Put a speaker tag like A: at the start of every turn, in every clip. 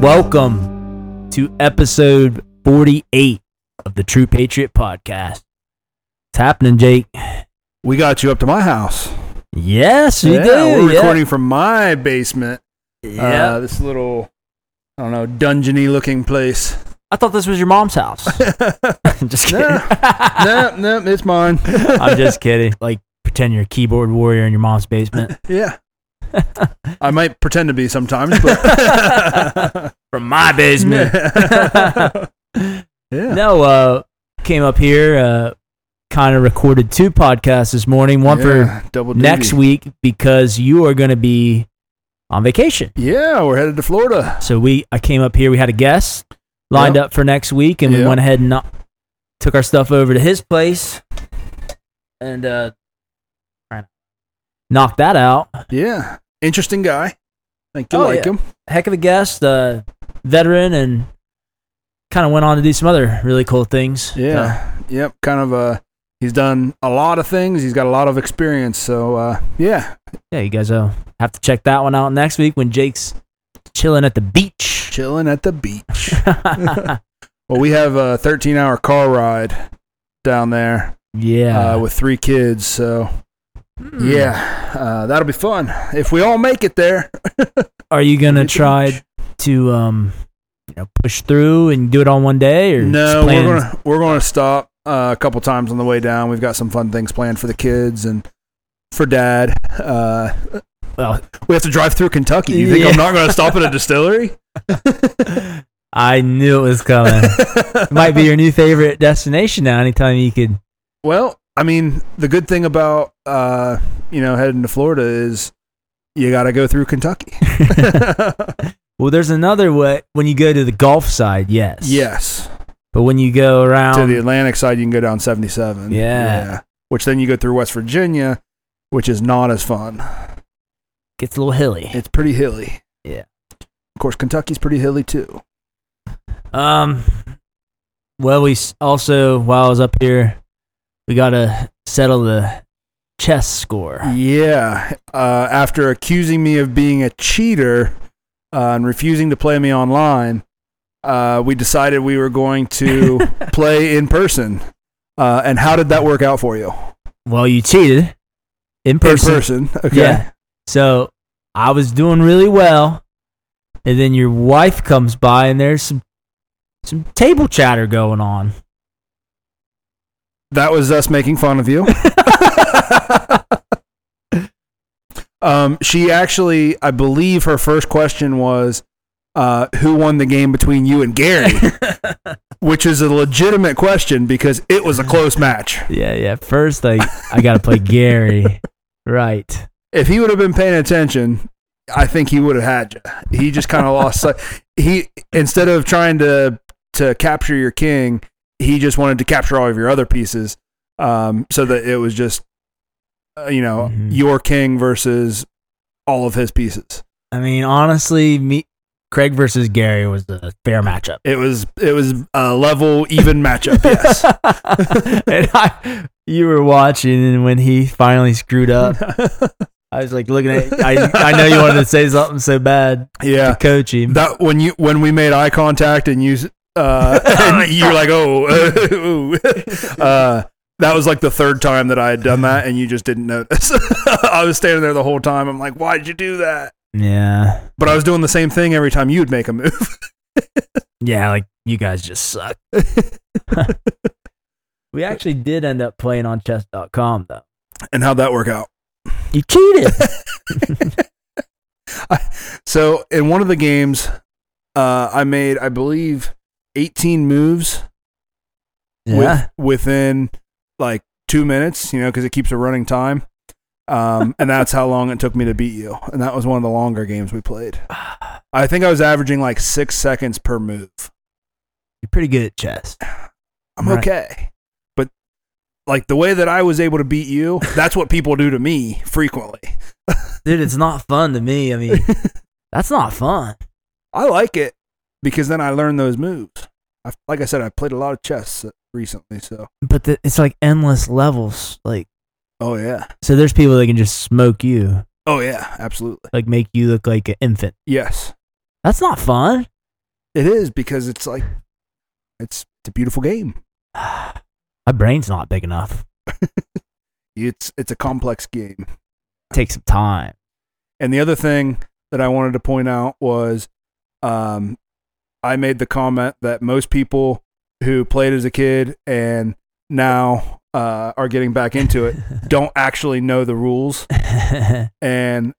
A: Welcome to episode 48 of the True Patriot Podcast. It's happening, Jake.
B: We got you up to my house.
A: Yes, we
B: yeah,
A: do.
B: we're
A: yeah.
B: recording from my basement.
A: Yeah.
B: Uh, this little, I don't know, dungeony looking place.
A: I thought this was your mom's house. just kidding.
B: No. nope, nope, it's mine.
A: I'm just kidding. Like, pretend you're a keyboard warrior in your mom's basement.
B: Yeah. I might pretend to be sometimes, but.
A: From my basement.
B: yeah.
A: No, uh, came up here, uh, kind of recorded two podcasts this morning. One for
B: Yeah, double
A: next
B: duty.
A: week because you are going to be on vacation.
B: Yeah, we're headed to Florida.
A: So we, I came up here. We had a guest lined
B: Yep.
A: up for next week, and we
B: Yep.
A: went ahead and uh, took our stuff over to his place, and uh, knocked that out.
B: Yeah. Interesting guy. Think you'll
A: Oh,
B: like
A: yeah.
B: him.
A: Heck of a guest, uh, veteran, and kind of went on to do some other really cool things. So,
B: Yeah. Yep. Kind of Uh, He's done a lot of things. He's got a lot of experience. So, uh, yeah.
A: yeah, you guys will have to check that one out next week when Jake's chilling at the beach.
B: Chilling at the beach. Well, we have a 13 hour car ride down there
A: yeah.
B: uh, with three kids. So,
A: Hmm.
B: yeah, uh, that'll be fun if we all make it there.
A: Are you gonna
B: Pretty
A: try
B: much.
A: to um, you know, push through and do it on one day, or
B: No,
A: just plan-
B: we're gonna we're gonna stop uh, a couple times on the way down. We've got some fun things planned for the kids and for dad. Uh,
A: Well-
B: we have to drive through Kentucky. You think
A: Yeah.
B: I'm not gonna stop at a distillery?
A: I knew it was coming. It might be your new favorite destination now. Anytime you could,
B: Well, I mean, the good thing about uh, you know heading to Florida is you got to go through Kentucky.
A: well, there's another way when you go to the Gulf side, yes,
B: yes.
A: but when you go
B: to
A: around,
B: the Atlantic side, you can go down 77.
A: Yeah.
B: Which then you go through West Virginia, which is not as fun.
A: gets a little hilly.
B: It's pretty hilly.
A: Yeah.
B: Of course, Kentucky's pretty hilly too.
A: Um, well, we s- also while I was up here, we gotta settle the chess score.
B: Yeah. Uh, after accusing me of being a cheater uh, and refusing to play me online, uh, we decided we were going to play in person. Uh, and how did that work out for you?
A: Well, you cheated in person.
B: In person. Okay.
A: Yeah. So I was doing really well, and then your wife comes by, and there's some some table chatter going on.
B: That was us making fun of you. um, she actually, I believe her first question was, uh, who won the game between you and Gary? Which is a legitimate question because it was a close match.
A: Yeah, yeah. First, I I gotta play Gary, right?
B: If he would have been paying attention, I think he would have had you. He just kind of lost. sight. He instead of trying to to capture your king, he just wanted to capture all of your other pieces, um, so that it was just uh, you know
A: Mhm.
B: your king versus all of his pieces.
A: I mean, honestly, me Craig versus Gary was a fair matchup.
B: It was it was a level even matchup. Yes.
A: and I, you were watching, and when he finally screwed up, I was like looking at. I I know you wanted to say something so bad to
B: yeah.
A: coach him.
B: That when you when we made eye contact and you s- uh, and you were like oh ooh." uh, that was like the third time that I had done that and you just didn't notice. I was standing there the whole time. I'm like, why did you do that?
A: Yeah.
B: But I was doing the same thing every time you'd make a move.
A: Yeah, like you guys just suck. we actually did end up playing on chess.com though.
B: And how'd that work out?
A: You cheated.
B: So in one of the games, uh, I made I believe 18 moves
A: yeah.
B: with, within like two minutes, you know, because it keeps a running time. Um, and that's how long it took me to beat you. And that was one of the longer games we played. I think I was averaging like six seconds per move.
A: You're pretty good at chess.
B: I'm
A: Right.
B: okay. But like the way that I was able to beat you, that's what people do to me frequently.
A: Dude, it's not fun to me. I mean, that's not fun.
B: I like it because then I learn those moves. I, like I said, I played a lot of chess recently. So,
A: But the, it's like endless levels. Like
B: oh, yeah.
A: so there's people that can just smoke you,
B: Oh, yeah. Absolutely.
A: like make you look like an infant.
B: Yes.
A: That's not fun.
B: It is because it's like it's, it's a beautiful game.
A: My brain's not big enough.
B: It's it's a complex game.
A: Take some time.
B: And the other thing that I wanted to point out was um, I made the comment that most people who played as a kid and now uh, are getting back into it don't actually know the rules. And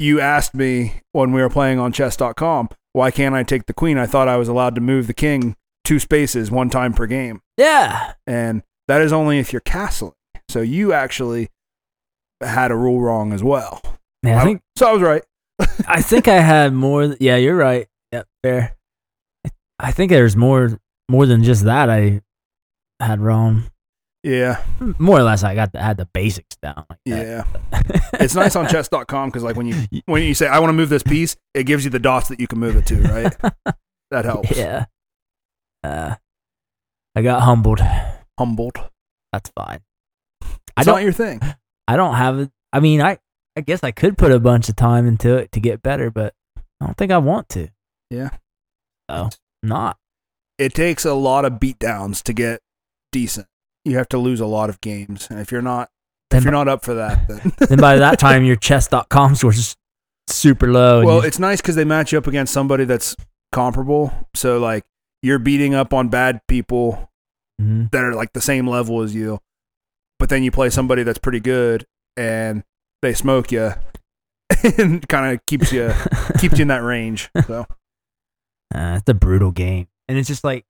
B: you asked me when we were playing on chess.com, why can't I take the queen? I thought I was allowed to move the king two spaces one time per game.
A: yeah.
B: And that is only if you're castling. So you actually had a rule wrong as well.
A: Man, I think
B: so I was right.
A: I think I had more. th- Yeah, you're right. Yep, fair. I think there's more more than just that. I had wrong.
B: Yeah.
A: More or less, I got the, had the basics down. Like that.
B: Yeah. it's nice on chess.com because like when you when you say I want to move this piece, it gives you the dots that you can move it to, right? That helps.
A: Yeah. Uh, I got humbled.
B: Humbled. It's
A: That's fine. I
B: I
A: don't.
B: not your thing.
A: I don't have it. I mean, I I guess I could put a bunch of time into it to get better, but I don't think I want to.
B: Yeah.
A: So not.
B: It takes a lot of beatdowns to get decent. You have to lose a lot of games. And if you're not
A: Then
B: if you're not up for that, then
A: Then by that time, your chess.com score is super low. and
B: well,
A: you-
B: it's nice because they match you up against somebody that's comparable. So like you're beating up on bad people
A: Mhm.
B: that are like the same level as you, but then you play somebody that's pretty good and they smoke you and kind of keeps you keeps you in that range. So
A: Uh, it's a brutal game, and it's just like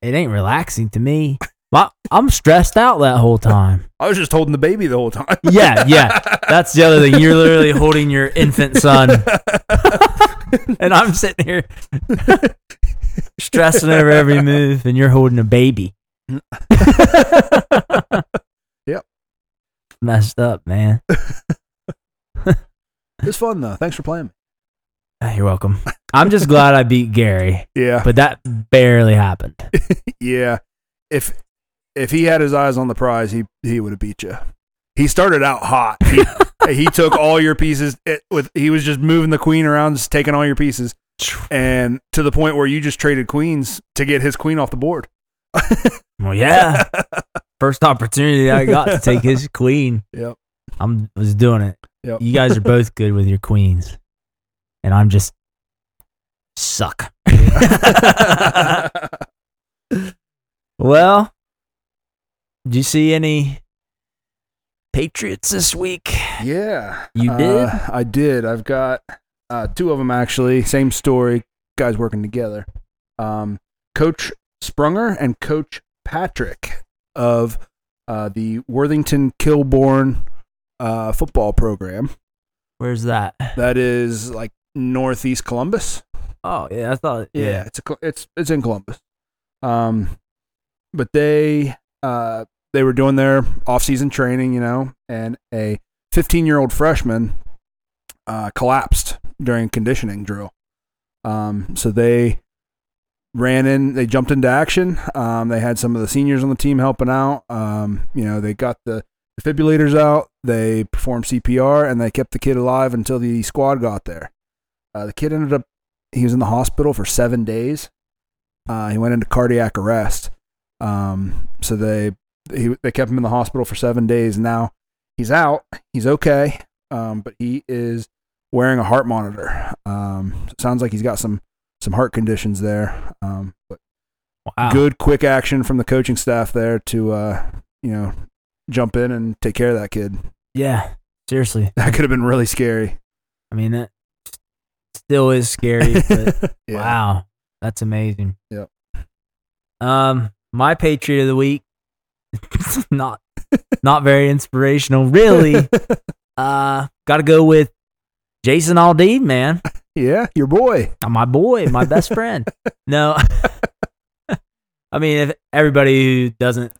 A: it ain't relaxing to me. My, I'm stressed out that whole time.
B: I was just holding the baby the whole time.
A: Yeah, yeah. That's the other thing. You're literally holding your infant son, and I'm sitting here stressing over every move, and you're holding a baby.
B: Yep.
A: Messed up, man.
B: It's fun though. Thanks for playing.
A: Ah, You're welcome. I'm just glad I beat Gary,
B: Yeah,
A: but that barely happened.
B: yeah. If if he had his eyes on the prize, he he would have beat you. He started out hot. He, he took all your pieces. It, with he was just moving the queen around, just taking all your pieces. and to the point where you just traded queens to get his queen off the board.
A: Well, yeah. First opportunity I got to take his queen.
B: Yep.
A: I'm was doing it.
B: Yep.
A: You guys are both good with your queens, and I'm just suck. well, did you see any Patriots this week?
B: yeah,
A: You
B: Uh,
A: did.
B: I did. I've got uh, two of them actually. Same story. Guys working together. Um, Coach Sprunger and Coach Patrick of uh, the Worthington Kilbourne uh, football program.
A: Where's that?
B: That is like northeast Columbus.
A: Oh yeah, I thought
B: Yeah, it's a Col- it's it's in Columbus. Um, but they uh they were doing their off-season training, you know, and a 15-year-old freshman uh, collapsed during conditioning drill. Um, so they ran in, they jumped into action. Um, they had some of the seniors on the team helping out. Um, you know, they got the defibrillators out, they performed CPR, and they kept the kid alive until the squad got there. Uh, the kid ended up he was in the hospital for seven days. Uh, he went into cardiac arrest. Um, so they he, they kept him in the hospital for seven days. Now he's out. He's okay, um, but he is wearing a heart monitor. Um, so it sounds like he's got some some heart conditions there. Um, but
A: Wow.
B: good quick action from the coaching staff there to uh, you know jump in and take care of that kid.
A: Yeah. Seriously,
B: That could have been really scary.
A: I mean that still is scary, but
B: Yeah.
A: Wow. That's amazing.
B: Yep.
A: Um, my Patriot of the Week. not not very inspirational, really. Uh gotta go with Jason Aldean, man.
B: Yeah, your boy.
A: My boy, my best friend. No. I mean, if everybody who doesn't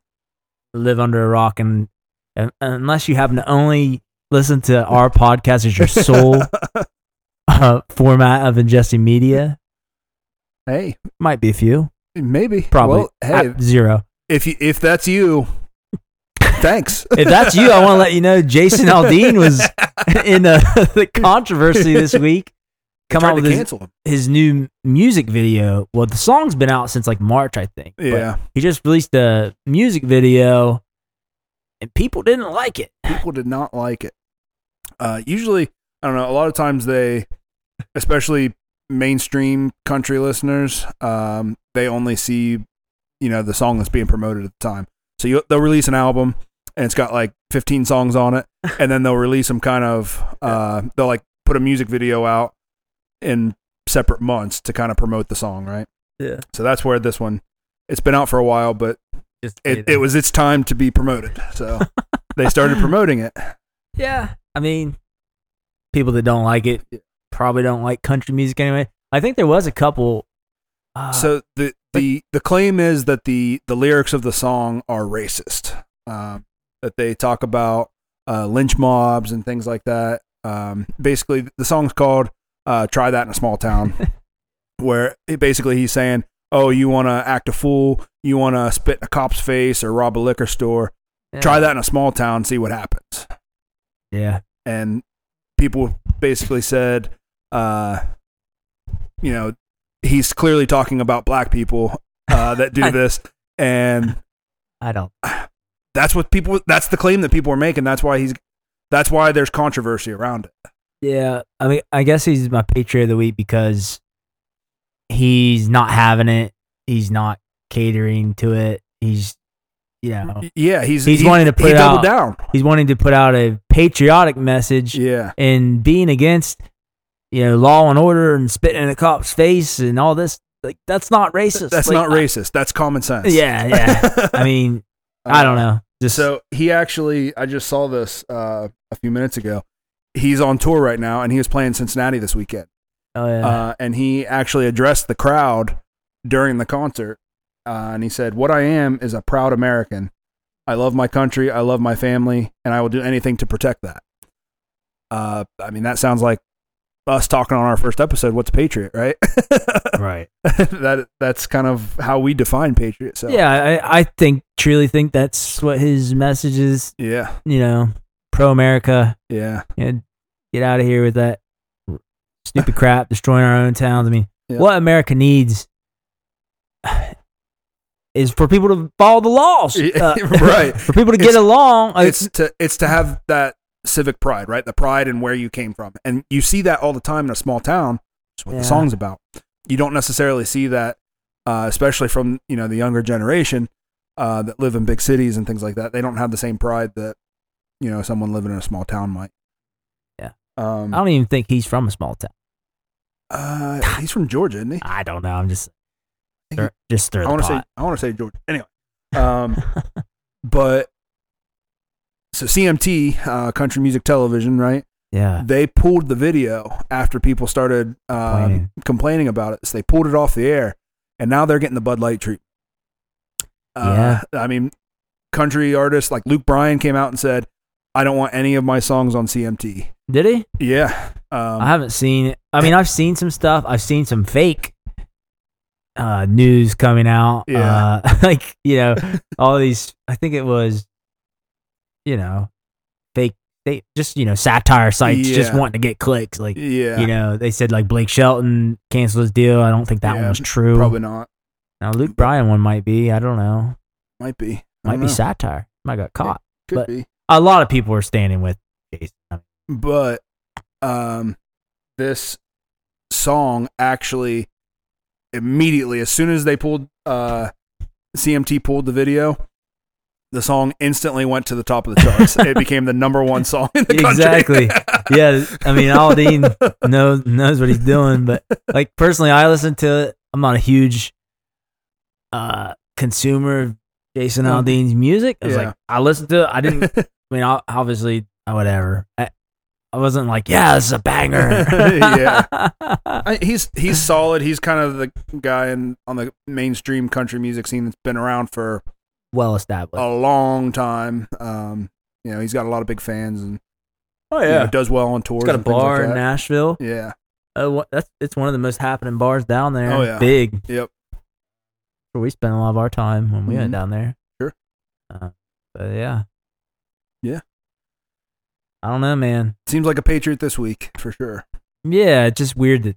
A: live under a rock and, and unless you happen to only listen to our podcast as your sole uh, format of ingesting media,
B: Hey,
A: might be a few.
B: maybe.
A: Probably
B: Well, hey,
A: At zero.
B: if you if that's you, thanks.
A: If that's you, I want to let you know Jason Aldean was in the, the controversy uh, this week come
B: tried
A: out with
B: to
A: his,
B: cancel him.
A: his new music video. Well, the song's been out since like March, I think. but
B: Yeah,
A: he just released a music video, and people didn't like it.
B: people did not like it. Uh, usually, I don't know. A lot of times they, especially mainstream country listeners, um, they only see, you know, the song that's being promoted at the time. So you, they'll release an album and it's got like 15 songs on it, and then they'll release some kind of, uh, they'll like put a music video out in separate months to kind of promote the song, right?
A: Yeah,
B: So that's where this one, it's been out for a while, but
A: just
B: it, it was its time to be promoted. So they started promoting it.
A: Yeah, I mean, people that don't like it probably don't like country music anyway. I think there was a couple. Uh,
B: so the the the claim is that the the lyrics of the song are racist. Um, that they talk about uh, lynch mobs and things like that. Um, basically, the song's called uh, "Try That in a Small Town," where it, basically he's saying, "Oh, you want to act a fool? You want to spit in a cop's face or rob a liquor store?
A: yeah.
B: Try that in a small town, see what happens."
A: Yeah,
B: and people basically said, uh, you know, he's clearly talking about black people uh, that do this, and
A: I don't.
B: that's what people. That's the claim that people are making. That's why he's. That's why there's controversy around it.
A: Yeah, I mean, I guess he's my patriot of the week because he's not having it. He's not catering to it. He's, you know,
B: Y- Yeah, he's
A: Oh. He's
B: he-
A: wanting to put
B: he
A: it
B: doubled down.
A: he's wanting to put out a patriotic message
B: Yeah,
A: and being against, you know, law and order and spitting in a cop's face and all this. Like that's not racist.
B: that's
A: Like,
B: not
A: I-
B: racist. That's common sense.
A: Yeah, yeah. I mean, I don't know. Just
B: So he actually, I just saw this uh, a few minutes ago. He's on tour right now, and he was playing Cincinnati this weekend.
A: oh, yeah.
B: uh, and he actually addressed the crowd during the concert, uh, and he said, "What I am is a proud American. I love my country, I love my family, and I will do anything to protect that." Uh, I mean, that sounds like us talking on our first episode. What's patriot, right? uh,
A: right.
B: that that's kind of how we define patriot. So
A: Yeah, I, I think truly think that's what his message is.
B: yeah,
A: You know, pro America.
B: yeah,
A: and get out of here with that stupid crap, destroying our own towns. I mean,
B: Mm. Yeah.
A: what America needs is for people to follow the laws, uh,
B: right.
A: For people to get
B: It's-
A: along. Uh, I-
B: it's to it's to have that civic pride, right? The pride in where you came from, and you see that all the time in a small town. That's what
A: Yeah.
B: the song's about. You don't necessarily see that, uh, especially from you know the younger generation uh, that live in big cities and things like that. They don't have the same pride that you know someone living in a small town might.
A: Yeah.
B: Um.
A: I don't even think he's from a small town.
B: uh, he's from Georgia, isn't he?
A: I don't know. I'm just
B: I think
A: thir- just
B: I
A: throwing.
B: want to say I want to say Georgia. Anyway. Um. but so CMT, uh, Country Music Television, right?
A: yeah.
B: they pulled the video after people started um,
A: Complaining.
B: complaining. about it. So they pulled it off the air, and now they're getting the Bud Light treatment. Uh, I mean, country artists like Luke Bryan came out and said, "I don't want any of my songs on CMT."
A: Did he?
B: Yeah,
A: I
B: um,
A: haven't seen it. I mean, I've seen some stuff. I've seen some fake uh, news coming out.
B: Yeah.
A: Uh, like, you know, all these, I think it was, you know, fake, they just, you know, satire sites just
B: Yeah.
A: wanting to get clicks. Like,
B: yeah,
A: you know, they said like Blake Shelton canceled his deal. I don't think that one
B: Yeah,
A: was true.
B: probably not.
A: Now, Luke Bryan one might be. I don't know.
B: Might be. I
A: Might
B: don't
A: be
B: know.
A: satire. Might got caught.
B: Could
A: but-
B: be.
A: A lot of people are standing with Jason.
B: But um, this song actually immediately, as soon as they pulled uh, CMT pulled the video, the song instantly went to the top of the charts. it became the number one song in the country.
A: Exactly. yeah, I mean, Aldine knows knows what he's doing, but like personally, I listen to it. I'm not a huge uh consumer of Jason
B: Mm.
A: Aldean's music. I was
B: Yeah.
A: like, I listened to it. I didn't. I mean, I, obviously, uh, whatever. I, I wasn't like, yeah, this is a banger.
B: Yeah. I, he's he's solid. He's kind of the guy in on the mainstream country music scene that's been around for
A: well established.
B: a long time. Um, you know, he's got a lot of big fans and
A: oh
B: you know, does well on tours.
A: It's got a
B: and things
A: bar
B: like
A: in
B: that.
A: Nashville.
B: Yeah.
A: Oh, what, that's it's one of the most happening bars down there.
B: Oh, yeah.
A: big.
B: Yep.
A: Where we spent a lot of our time when we went
B: Mhm.
A: down there.
B: Sure.
A: Uh, but yeah.
B: Yeah.
A: I don't know, man.
B: Seems like a patriot this week for sure.
A: Yeah, it's just weird that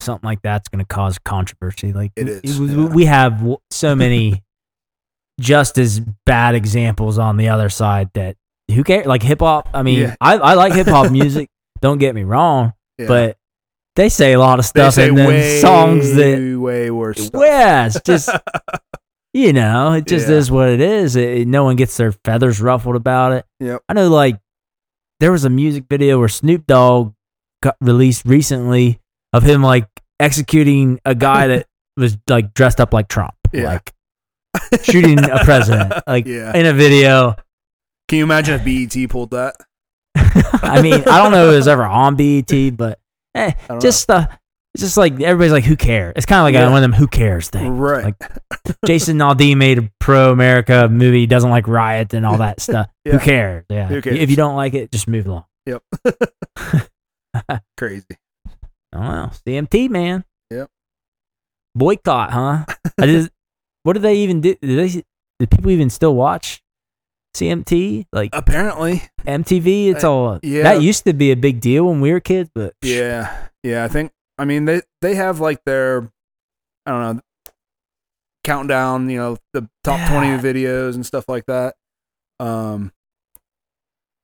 A: something like that's going to cause controversy. Like
B: It
A: w-
B: is,
A: w-
B: yeah.
A: We have w- so many just as bad examples on the other side that who cares? Like hip hop. I mean,
B: Yeah.
A: I, I like hip hop music. Don't get me wrong,
B: Yeah.
A: but they say a lot of
B: they
A: stuff
B: say
A: in them
B: way,
A: songs that
B: way worse. Stuff.
A: yeah, it's just you know, it just
B: Yeah.
A: is what it is. It, no one gets their feathers ruffled about it.
B: Yep.
A: I know, like there was a music video where Snoop Dogg got released recently of him like executing a guy that was like dressed up like Trump,
B: Yeah.
A: like shooting a president, like
B: Yeah.
A: in a video.
B: Can you imagine if BET pulled that?
A: I mean, I don't know if it was ever on BET, but
B: Uh-huh.
A: eh,
B: I don't
A: just uh, it's just like everybody's like, who cares? It's kind of like a-
B: Yeah.
A: one of them who cares
B: know.
A: things.
B: right.
A: like, Jason Aldean made a pro America movie, doesn't like riots and all that stuff.
B: Yeah.
A: Who cares? Yeah.
B: Who cares?
A: If you don't like it, just move along.
B: Crazy.
A: Oh wow. CMT man.
B: Yep.
A: Boycott, huh? I just what do they even do? Do they do people even still watch CMT? Like
B: Apparently.
A: MTV, it's all
B: Uh, yeah.
A: that used to be a big deal when we were kids, but
B: Yeah, yeah. I think I mean they they have like their I don't know countdown. You know the top
A: Yeah.
B: twenty videos and stuff like that. Um,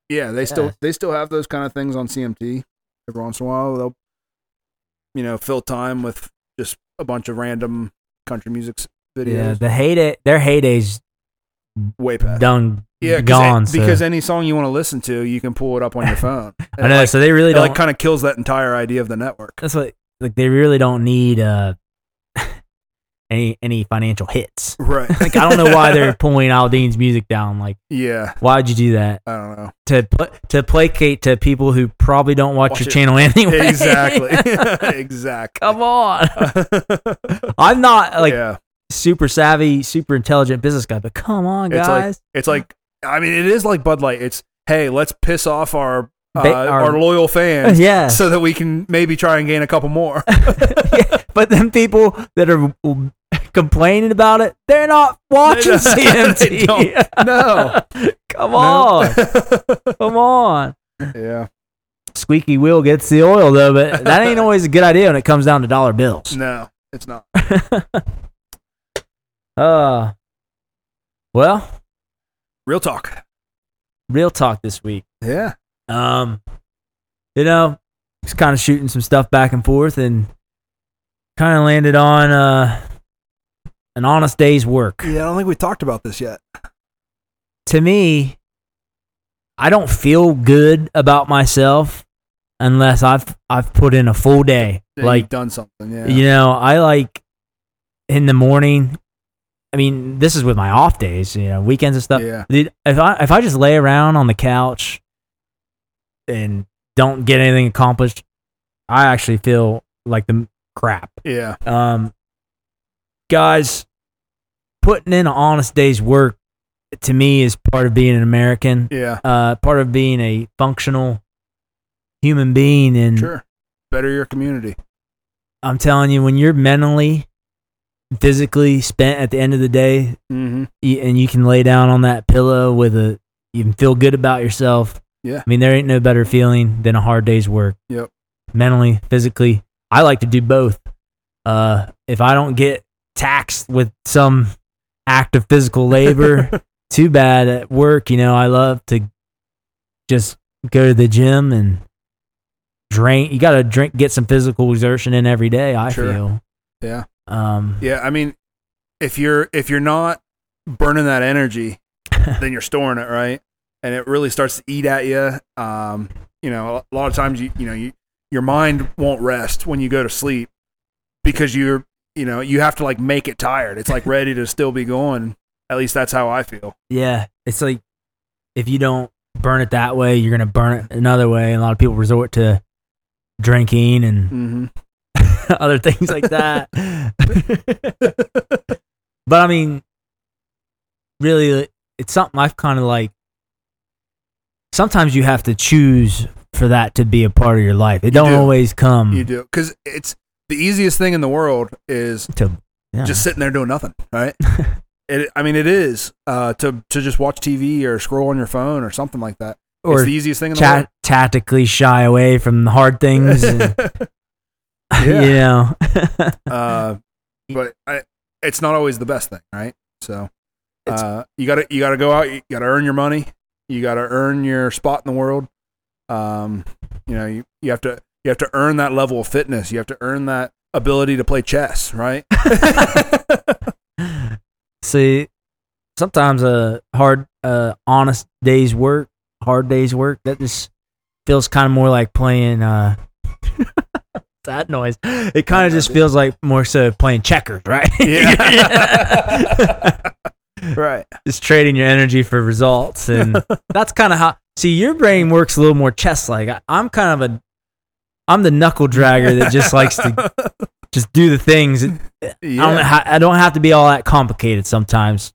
B: yeah, they
A: Yeah.
B: still they still have those kind of things on CMT every once in a while. They'll you know fill time with just a bunch of random country music s-
A: yeah,
B: videos.
A: the heyday their heydays
B: way past.
A: done
B: yeah, 'cause
A: gone.
B: a-
A: so-
B: because any song you want to listen to, you can pull it up on your phone.
A: I know,
B: It, like,
A: so they really
B: it,
A: don't
B: like kind of kills that entire idea of the network.
A: that's what like they really don't need uh any any financial hits.
B: Right.
A: Like I don't know why they're pulling Aldine's music down. Like
B: yeah.
A: why'd you do that
B: I don't know.
A: to pl- to placate to people who probably don't watch,
B: Watch
A: your
B: it.
A: channel anyway?
B: Exactly. exactly.
A: Come on. I'm not like
B: yeah.
A: super savvy, super intelligent business guy, but come on,
B: It's like-
A: guys.
B: It's like I mean it is like Bud Light. It's hey, let's piss off our uh,
A: Ba-
B: our,
A: our-
B: loyal fans
A: yeah.
B: so that we can maybe try and gain a couple more.
A: Yeah, But then people that are um, complaining about it, they're not watching
B: don't- they
A: CMT.
B: don't. No.
A: come on. Come on.
B: yeah.
A: squeaky wheel gets the oil though, but that ain't always a good idea when it comes down to dollar bills.
B: No, it's not.
A: Uh well,
B: Real talk.
A: real talk this week.
B: Yeah.
A: Um you know, just kind of shooting some stuff back and forth and kind of landed on uh an honest day's work.
B: Yeah, I don't think we talked about this yet.
A: To me, I don't feel good about myself unless I've I've put in a full day.
B: like
A: like
B: done something. Yeah.
A: You know, I like in the morning. I mean, this is with my off days, you know, weekends and stuff.
B: Yeah.
A: Dude, if I if I just lay around on the couch and don't get anything accomplished, I actually feel like the m- crap.
B: Yeah.
A: Um, guys, putting in an honest day's work to me is part of being an American,
B: Yeah.
A: uh, part of being a functional human being, and
B: Sure. Better your community.
A: I'm telling you, when you're mentally, physically spent at the end of the day,
B: Mm-hmm.
A: y- and you can lay down on that pillow with a, you can feel good about yourself.
B: Yeah.
A: I mean, there ain't no better feeling than a hard day's work.
B: Yep.
A: Mentally, physically, I like to do both. Uh, if I don't get taxed with some act of physical labor, too bad at work. You know, I love to just go to the gym and drink. You got to drink, get some physical exertion in every day. I
B: Sure.
A: feel.
B: Yeah.
A: Um.
B: Yeah, I mean, if you're if you're not burning that energy, then you're storing it, right? And it really starts to eat at you. Um, you know, a lot of times you you know you your mind won't rest when you go to sleep because you're you know you have to like make it tired. It's like ready to still be going. At least that's how I feel.
A: Yeah. It's like if you don't burn it that way, you're gonna burn it another way. And a lot of people resort to drinking and
B: Mm-hmm.
A: other things like that. but I mean, really, it's something I've kind of like. Sometimes you have to choose for that to be a part of your life. It don't
B: do.
A: always come
B: You do because it's the easiest thing in the world is
A: to yeah.
B: just sitting there doing nothing, right? it, I mean, it is uh, to to just watch TV or scroll on your phone or something like that.
A: or
B: it's the easiest thing in the
A: ta- tactically shy away from the hard things.
B: world. Yeah.
A: you know.
B: Uh, but I, it's not always the best thing, right? So uh, you gotta you gotta go out. You gotta earn your money. You gotta earn your spot in the world. Um, you know you, you have to you have to earn that level of fitness. You have to earn that ability to play chess, right?
A: See, sometimes a hard, uh, honest day's work, hard day's work, that just feels kind of more like playing. Uh, that noise. It kind of just feels like more so playing checkers, right?
B: Yeah. right.
A: just trading your energy for results, and that's kind of how. See, your brain works a little more chess like. I- I'm kind of a, I'm the knuckle dragger that just likes to just do the things. I don't
B: Yeah.
A: ha- I don't have to be all that complicated sometimes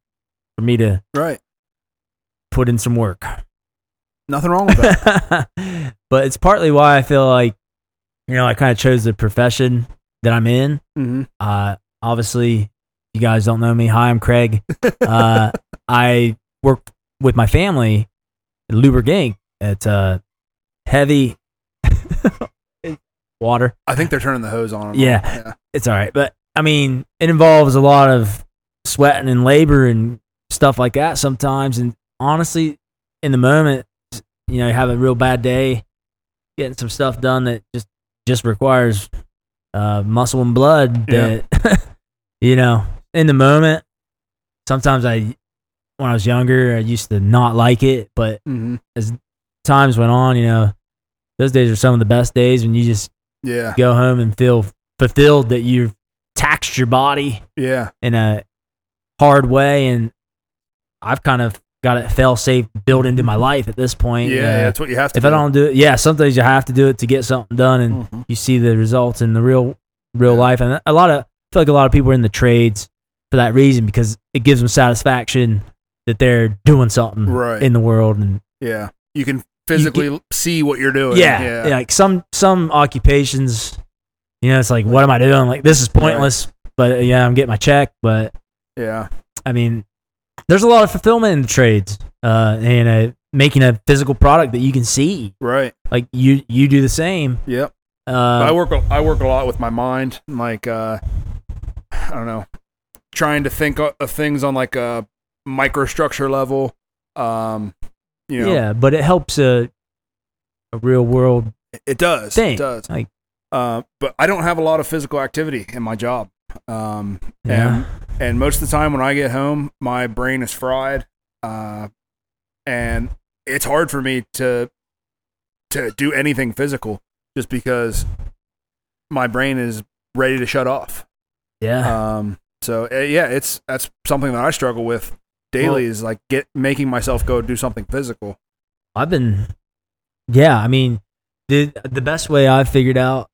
A: for me to
B: Right.
A: put in some work.
B: Nothing wrong with that.
A: but it's partly why I feel like you know I kind of chose the profession that I'm in.
B: hmm
A: Uh, obviously, you guys don't know me. Hi, I'm Craig. Uh, I work with my family at Luber Gang. It's uh, heavy water.
B: I think they're turning the hose on. and
A: Yeah.
B: off. yeah.
A: it's all right. But I mean, it involves a lot of sweating and labor and stuff like that sometimes. And honestly, in the moment, you know, you have a real bad day, getting some stuff done that just just requires uh, muscle and blood.
B: Yeah.
A: That you know, in the moment, sometimes I, when I was younger, I used to not like it, but
B: hmm
A: times went on, you know, those days are some of the best days when you just
B: Yeah.
A: go home and feel fulfilled that you've taxed your body
B: Yeah.
A: in a hard way and i've kind of got it fail safe built into my life at this point
B: Yeah.
A: Uh,
B: That's what you have to.
A: if i don't do it yeah sometimes you have to do it to get something done and
B: Mhm.
A: you see the results in the real real life and a lot of I feel like a lot of people are in the trades for that reason because it gives them satisfaction that they're doing something
B: Right.
A: in the world and
B: Yeah. You can physically see what you're doing.
A: yeah, yeah, like some some occupations, you know, it's like, what am I doing? Like this is pointless, but uh, yeah, I'm getting my check. But
B: Yeah.
A: I mean, there's a lot of fulfillment in the trades, uh, and uh, making a physical product that you can see.
B: Right.
A: Like you, you do the same.
B: Yep. I
A: Uh,
B: work a- I work a lot with my mind, like uh, I don't know, trying to think o- of things on like a microstructure level. Um, you know,
A: Yeah, but it helps a a real world.
B: it does.
A: Thing,
B: It does.
A: like-
B: uh, but I don't have a lot of physical activity in my job. Um,
A: Yeah,
B: and and most of the time when I get home, my brain is fried. Uh, and it's hard for me to to do anything physical just because my brain is ready to shut off.
A: yeah.
B: um so uh, yeah it's that's something that i struggle with daily
A: Well-
B: is like get making myself go do something physical
A: I've been, yeah. I mean, the the best way I figured out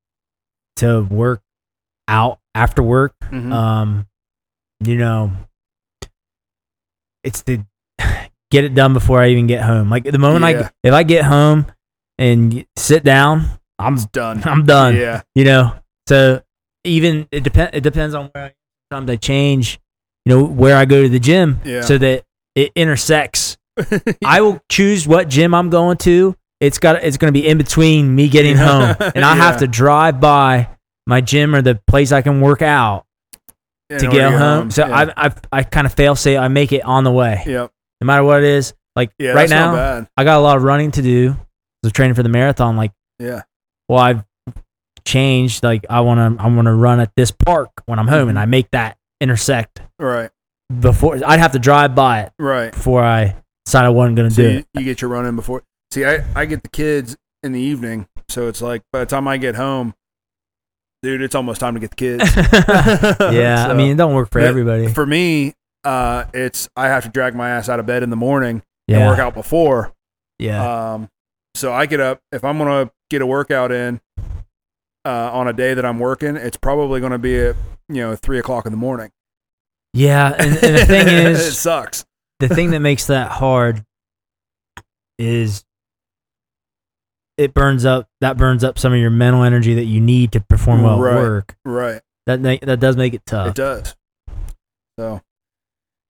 A: to work out after work
B: Hmm.
A: um you know it's to get it done before i even get home like the moment
B: Yeah.
A: i if i get home and y- sit down i'm
B: it's done
A: i'm done
B: yeah
A: you know so even it depend it depends on where i sometimes i change you know where i go to the gym
B: Yeah.
A: so that it intersects i will choose what gym i'm going to it's got it's going to be in between me getting home and i have
B: Yeah.
A: to drive by my gym or the place i can work out
B: In
A: to
B: order
A: get home. So
B: yeah.
A: I, I, I kind of fail say I make it on the way,
B: yep
A: no matter what it is. Like
B: yeah
A: right
B: that's not
A: now,
B: bad.
A: I got a lot of running to do. So training for the marathon. Like,
B: yeah
A: well, I've changed. Like, I want to, I want to run at this park when I'm home, and
B: Mhm.
A: I make that intersect
B: right
A: before. I'd have to drive by it
B: right
A: before I decide I wasn't going to
B: so
A: do
B: you,
A: it.
B: you get your run in before see i i get the kids in the evening so it's like by the time i get home dude it's almost time to get the kids
A: yeah, I
B: So-
A: mean, it don't work for
B: Yeah,
A: everybody.
B: for me uh it's i have to drag my ass out of bed in the morning and work
A: Yeah,
B: out before
A: yeah,
B: Um, so I get up if I'm gonna get a workout in uh, on a day that I'm working. It's probably gonna be at you know three o'clock in the morning.
A: yeah. And, and the thing
B: it
A: is,
B: sucks.
A: the thing that makes that hard is it burns up that burns up some of your mental energy that you need to perform well
B: Right.
A: at work.
B: Right,
A: That ma- that does make it tough.
B: it does. So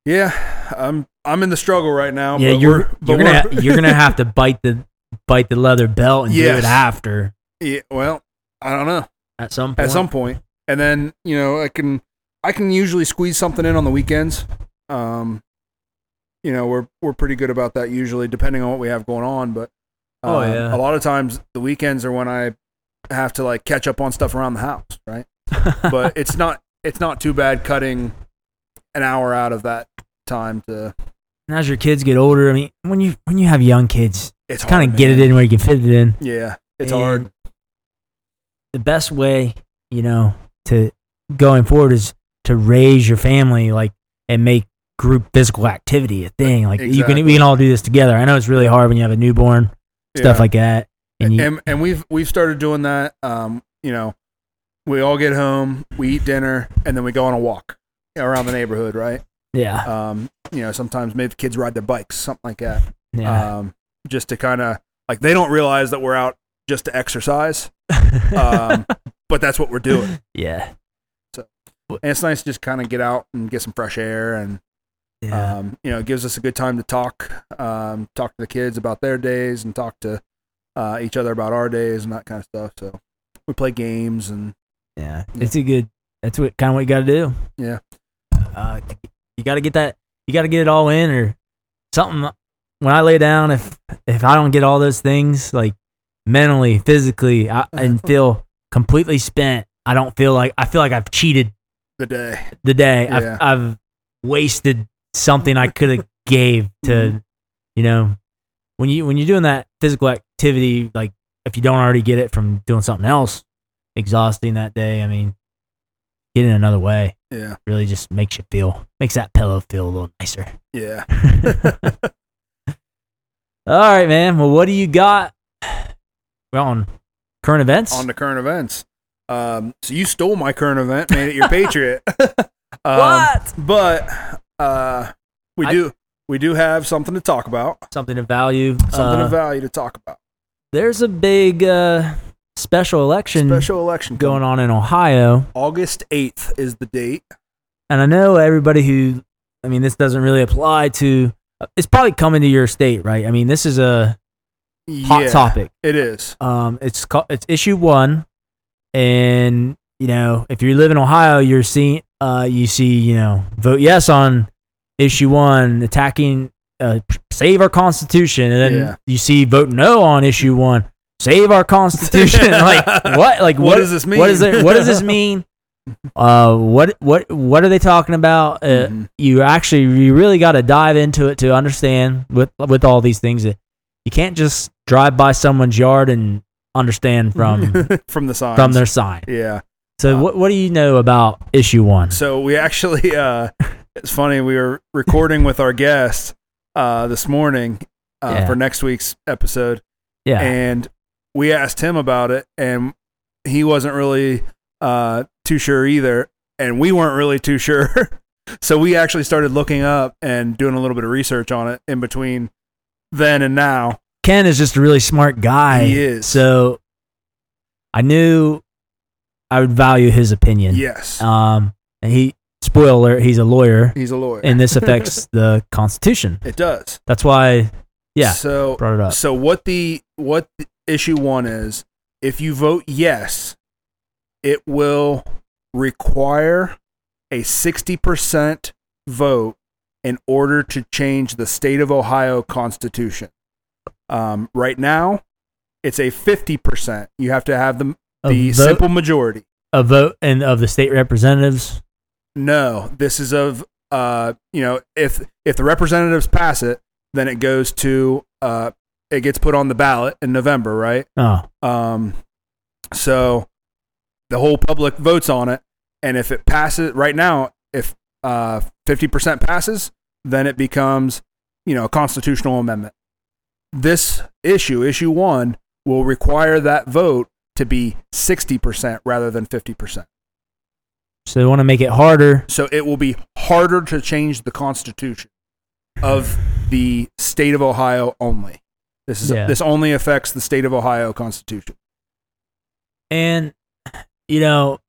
B: yeah, I'm I'm in the struggle right now.
A: yeah,
B: but
A: you're
B: we're- but
A: you're gonna
B: we're-
A: you're gonna have to bite the bite the leather belt and do
B: Yes.
A: it after.
B: yeah, well, I don't know.
A: at some point.
B: at some point. And then you know I can I can usually squeeze something in on the weekends. Um, you know we're we're pretty good about that usually, depending on what we have going on. But um,
A: Oh, yeah.
B: a lot of times the weekends are when I have to like catch up on stuff around the house, right? But it's not it's not too bad cutting an hour out of that time to.
A: And as your kids get older, I mean, when you when you have young kids,
B: It's
A: kind of get it in where you can fit it in.
B: Yeah, it's
A: And
B: hard.
A: The best way, you know, to going forward is to raise your family like and make group physical activity a thing. Like you can we
B: Exactly.
A: can all do this together. I know it's really hard when you have a newborn, stuff
B: Yeah.
A: like that. And you,
B: and and we've we've started doing that. Um, you know, we all get home, we eat dinner, and then we go on a walk around the neighborhood, right?
A: yeah,
B: Um, you know, sometimes maybe kids ride their bikes, something like that.
A: yeah.
B: Um, just to kind of like they don't realize that we're out just to exercise, um, but that's what we're doing.
A: yeah.
B: And it's nice to just kind of get out and get some fresh air, and
A: Yeah.
B: um, you know, it gives us a good time to talk, um, talk to the kids about their days, and talk to uh, each other about our days and that kind of stuff. So we play games and
A: Yeah, it's a good. That's what kind of what you got to do.
B: Yeah.
A: uh, you got to get that. You got to get it all in or something. When I lay down, if if I don't get all those things like mentally, physically, I, and feel completely spent, I don't feel like I feel like I've cheated
B: the day.
A: the day.
B: Yeah.
A: I've I've wasted something I could have gave
B: Mm-hmm.
A: to, you know, when you when you're doing that physical activity, like if you don't already get it from doing something else exhausting that day, I mean, getting another way
B: Yeah,
A: really just makes you feel makes that pillow feel a little nicer.
B: yeah.
A: All right, man. Well, what do you got? We're on current events.
B: On the current events. Um, so you stole my current event, made it your Patriot. um,
A: what?
B: But uh, we
A: I-
B: do we do have something to talk about,
A: Something of value.
B: something
A: Uh,
B: of value to talk about.
A: there's a big uh, special election
B: Special election
A: going on in Ohio.
B: August eighth is the date.
A: And I know everybody who, I mean, this doesn't really apply to, uh, it's probably coming to your state, right? I mean, this is a hot
B: Yeah,
A: topic.
B: It is.
A: Um, it's called, it's issue one. And, you know, if you live in Ohio, you're seeing, uh, you see, you know, vote yes on issue one, attacking, uh, save our constitution. And then
B: Yeah.
A: you see vote no on issue one, save our constitution. like, what? Like,
B: What does this mean?
A: What is it? What does this mean? Uh, what what what are they talking about? Uh,
B: Mhm.
A: You actually you really got to dive into it to understand with with all these things that you can't just drive by someone's yard and understand from
B: from the signs.
A: from their sign.
B: yeah.
A: So
B: Uh,
A: what what do you know about issue one?
B: So we actually, uh, it's funny, we were recording with our guest uh, this morning uh,
A: Yeah.
B: for next week's episode,
A: Yeah,
B: and we asked him about it, and he wasn't really uh, too sure either, and we weren't really too sure. so we actually started looking up and doing a little bit of research on it in between then and now.
A: Ken is just a really smart guy.
B: He is.
A: So I knew I would value his opinion.
B: Yes,
A: Um, and he spoiler alert, he's a lawyer,
B: he's a lawyer.
A: and this affects the Constitution.
B: it does.
A: That's why Yeah.
B: So
A: brought it up.
B: So what the what the issue one is? If you vote yes, it will require a sixty percent vote in order to change the state of Ohio constitution. Um, right now, it's a fifty percent. You have to have the
A: A
B: the
A: vote-
B: simple majority.
A: A vote and of the state representatives.
B: No, this is of uh, you know, if if the representatives pass it, then it goes to uh, it gets put on the ballot in November, right?
A: Oh,
B: Um, so the whole public votes on it, and if it passes right now, if uh fifty percent passes, then it becomes you know a constitutional amendment. This issue, issue one, will require that vote to be sixty percent rather than fifty percent.
A: so they want to make it harder.
B: So it will be harder to change the constitution of the state of Ohio only. This is
A: Yeah.
B: this only affects the state of Ohio constitution.
A: And you know,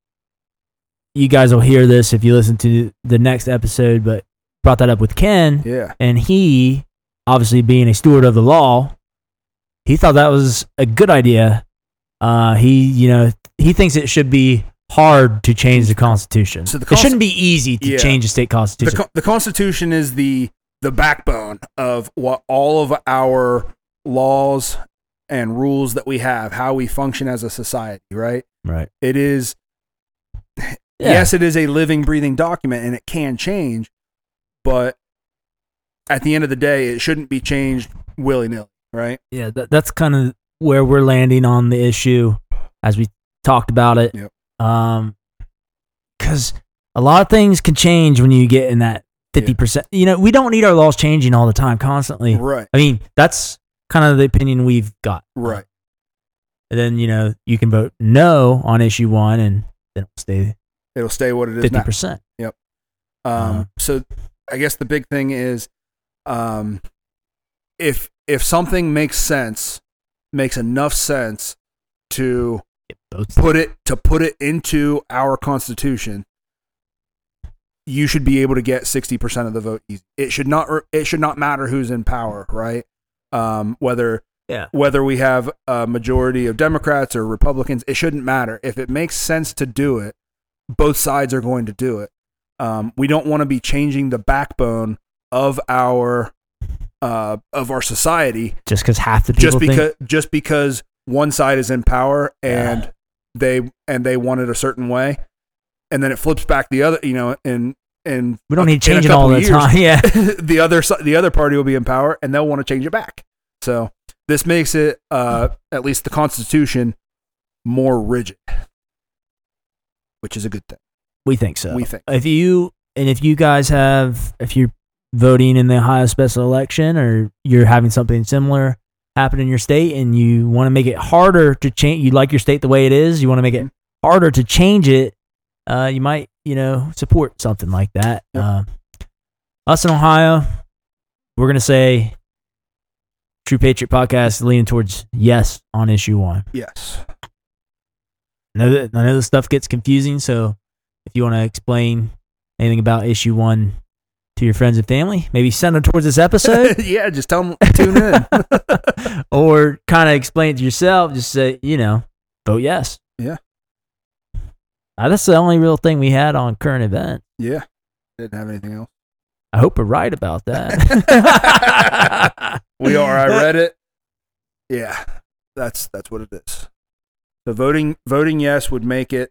A: you guys will hear this if you listen to the next episode. But brought that up with Ken,
B: Yeah.
A: and he, obviously being a steward of the law, he thought that was a good idea Uh, he, you know, he thinks it should be hard to change the Constitution.
B: So the
A: it shouldn't be easy to
B: Yeah.
A: change a state
B: The,
A: constitution.
B: co- the Constitution is the the backbone of what all of our laws and rules that we have, how we function as a society, right?
A: right.
B: It is
A: Yeah.
B: yes, it is a living, breathing document and it can change, but at the end of the day, it shouldn't be changed willy nilly, right?
A: Yeah. That, that's kind of where we're landing on the issue as we talked about it.
B: Yep.
A: Um, because a lot of things can change when you get in that 50%. You know, we don't need our laws changing all the time constantly.
B: Right,
A: I mean, that's kind of the opinion we've got.
B: right.
A: And then, you know, you can vote no on issue one and then it'll stay
B: It'll stay what it is now.
A: 50%.
B: Um,
A: Uh-huh.
B: So I guess the big thing is, um, if if something makes sense, makes enough sense to
A: It votes.
B: put it to put it into our constitution, you should be able to get sixty percent of the vote. Easy. It should not it should not matter who's in power, right? Um, whether
A: Yeah.
B: whether we have a majority of Democrats or Republicans, it shouldn't matter. If it makes sense to do it, both sides are going to do it. Um, we don't want to be changing the backbone of our uh, of our society
A: Just because half the people
B: just
A: think
B: because just because one side is in power and they and they want it a certain way, and then it flips back the other. You know, and and
A: we don't need to
B: in a
A: change it all
B: couple
A: the
B: of years,
A: time. Yeah.
B: the other si- the other party will be in power and they'll want to change it back. So this makes it uh, at least the Constitution more rigid, which is a good thing.
A: We think so.
B: We think.
A: If you and if you guys have, if you're voting in the Ohio special election or you're having something similar happen in your state and you want to make it harder to change, you like your state the way it is, you want to make it harder to change it, uh, you might, you know, support something like that.
B: Yep.
A: Uh, us in Ohio, we're going to say True Patriot Podcast leaning towards yes on issue one.
B: Yes.
A: I know that I know this stuff gets confusing, so if you want to explain anything about issue one to your friends and family, maybe send them towards this episode,
B: yeah. Just tell them tune in.
A: or kind of explain it to yourself. Just say, you know, vote yes.
B: Yeah.
A: Uh, that's the only real thing we had on current event.
B: yeah. Didn't have anything else.
A: I hope we're right about that.
B: We are. I read it. Yeah, that's that's what it is. The voting voting yes would make it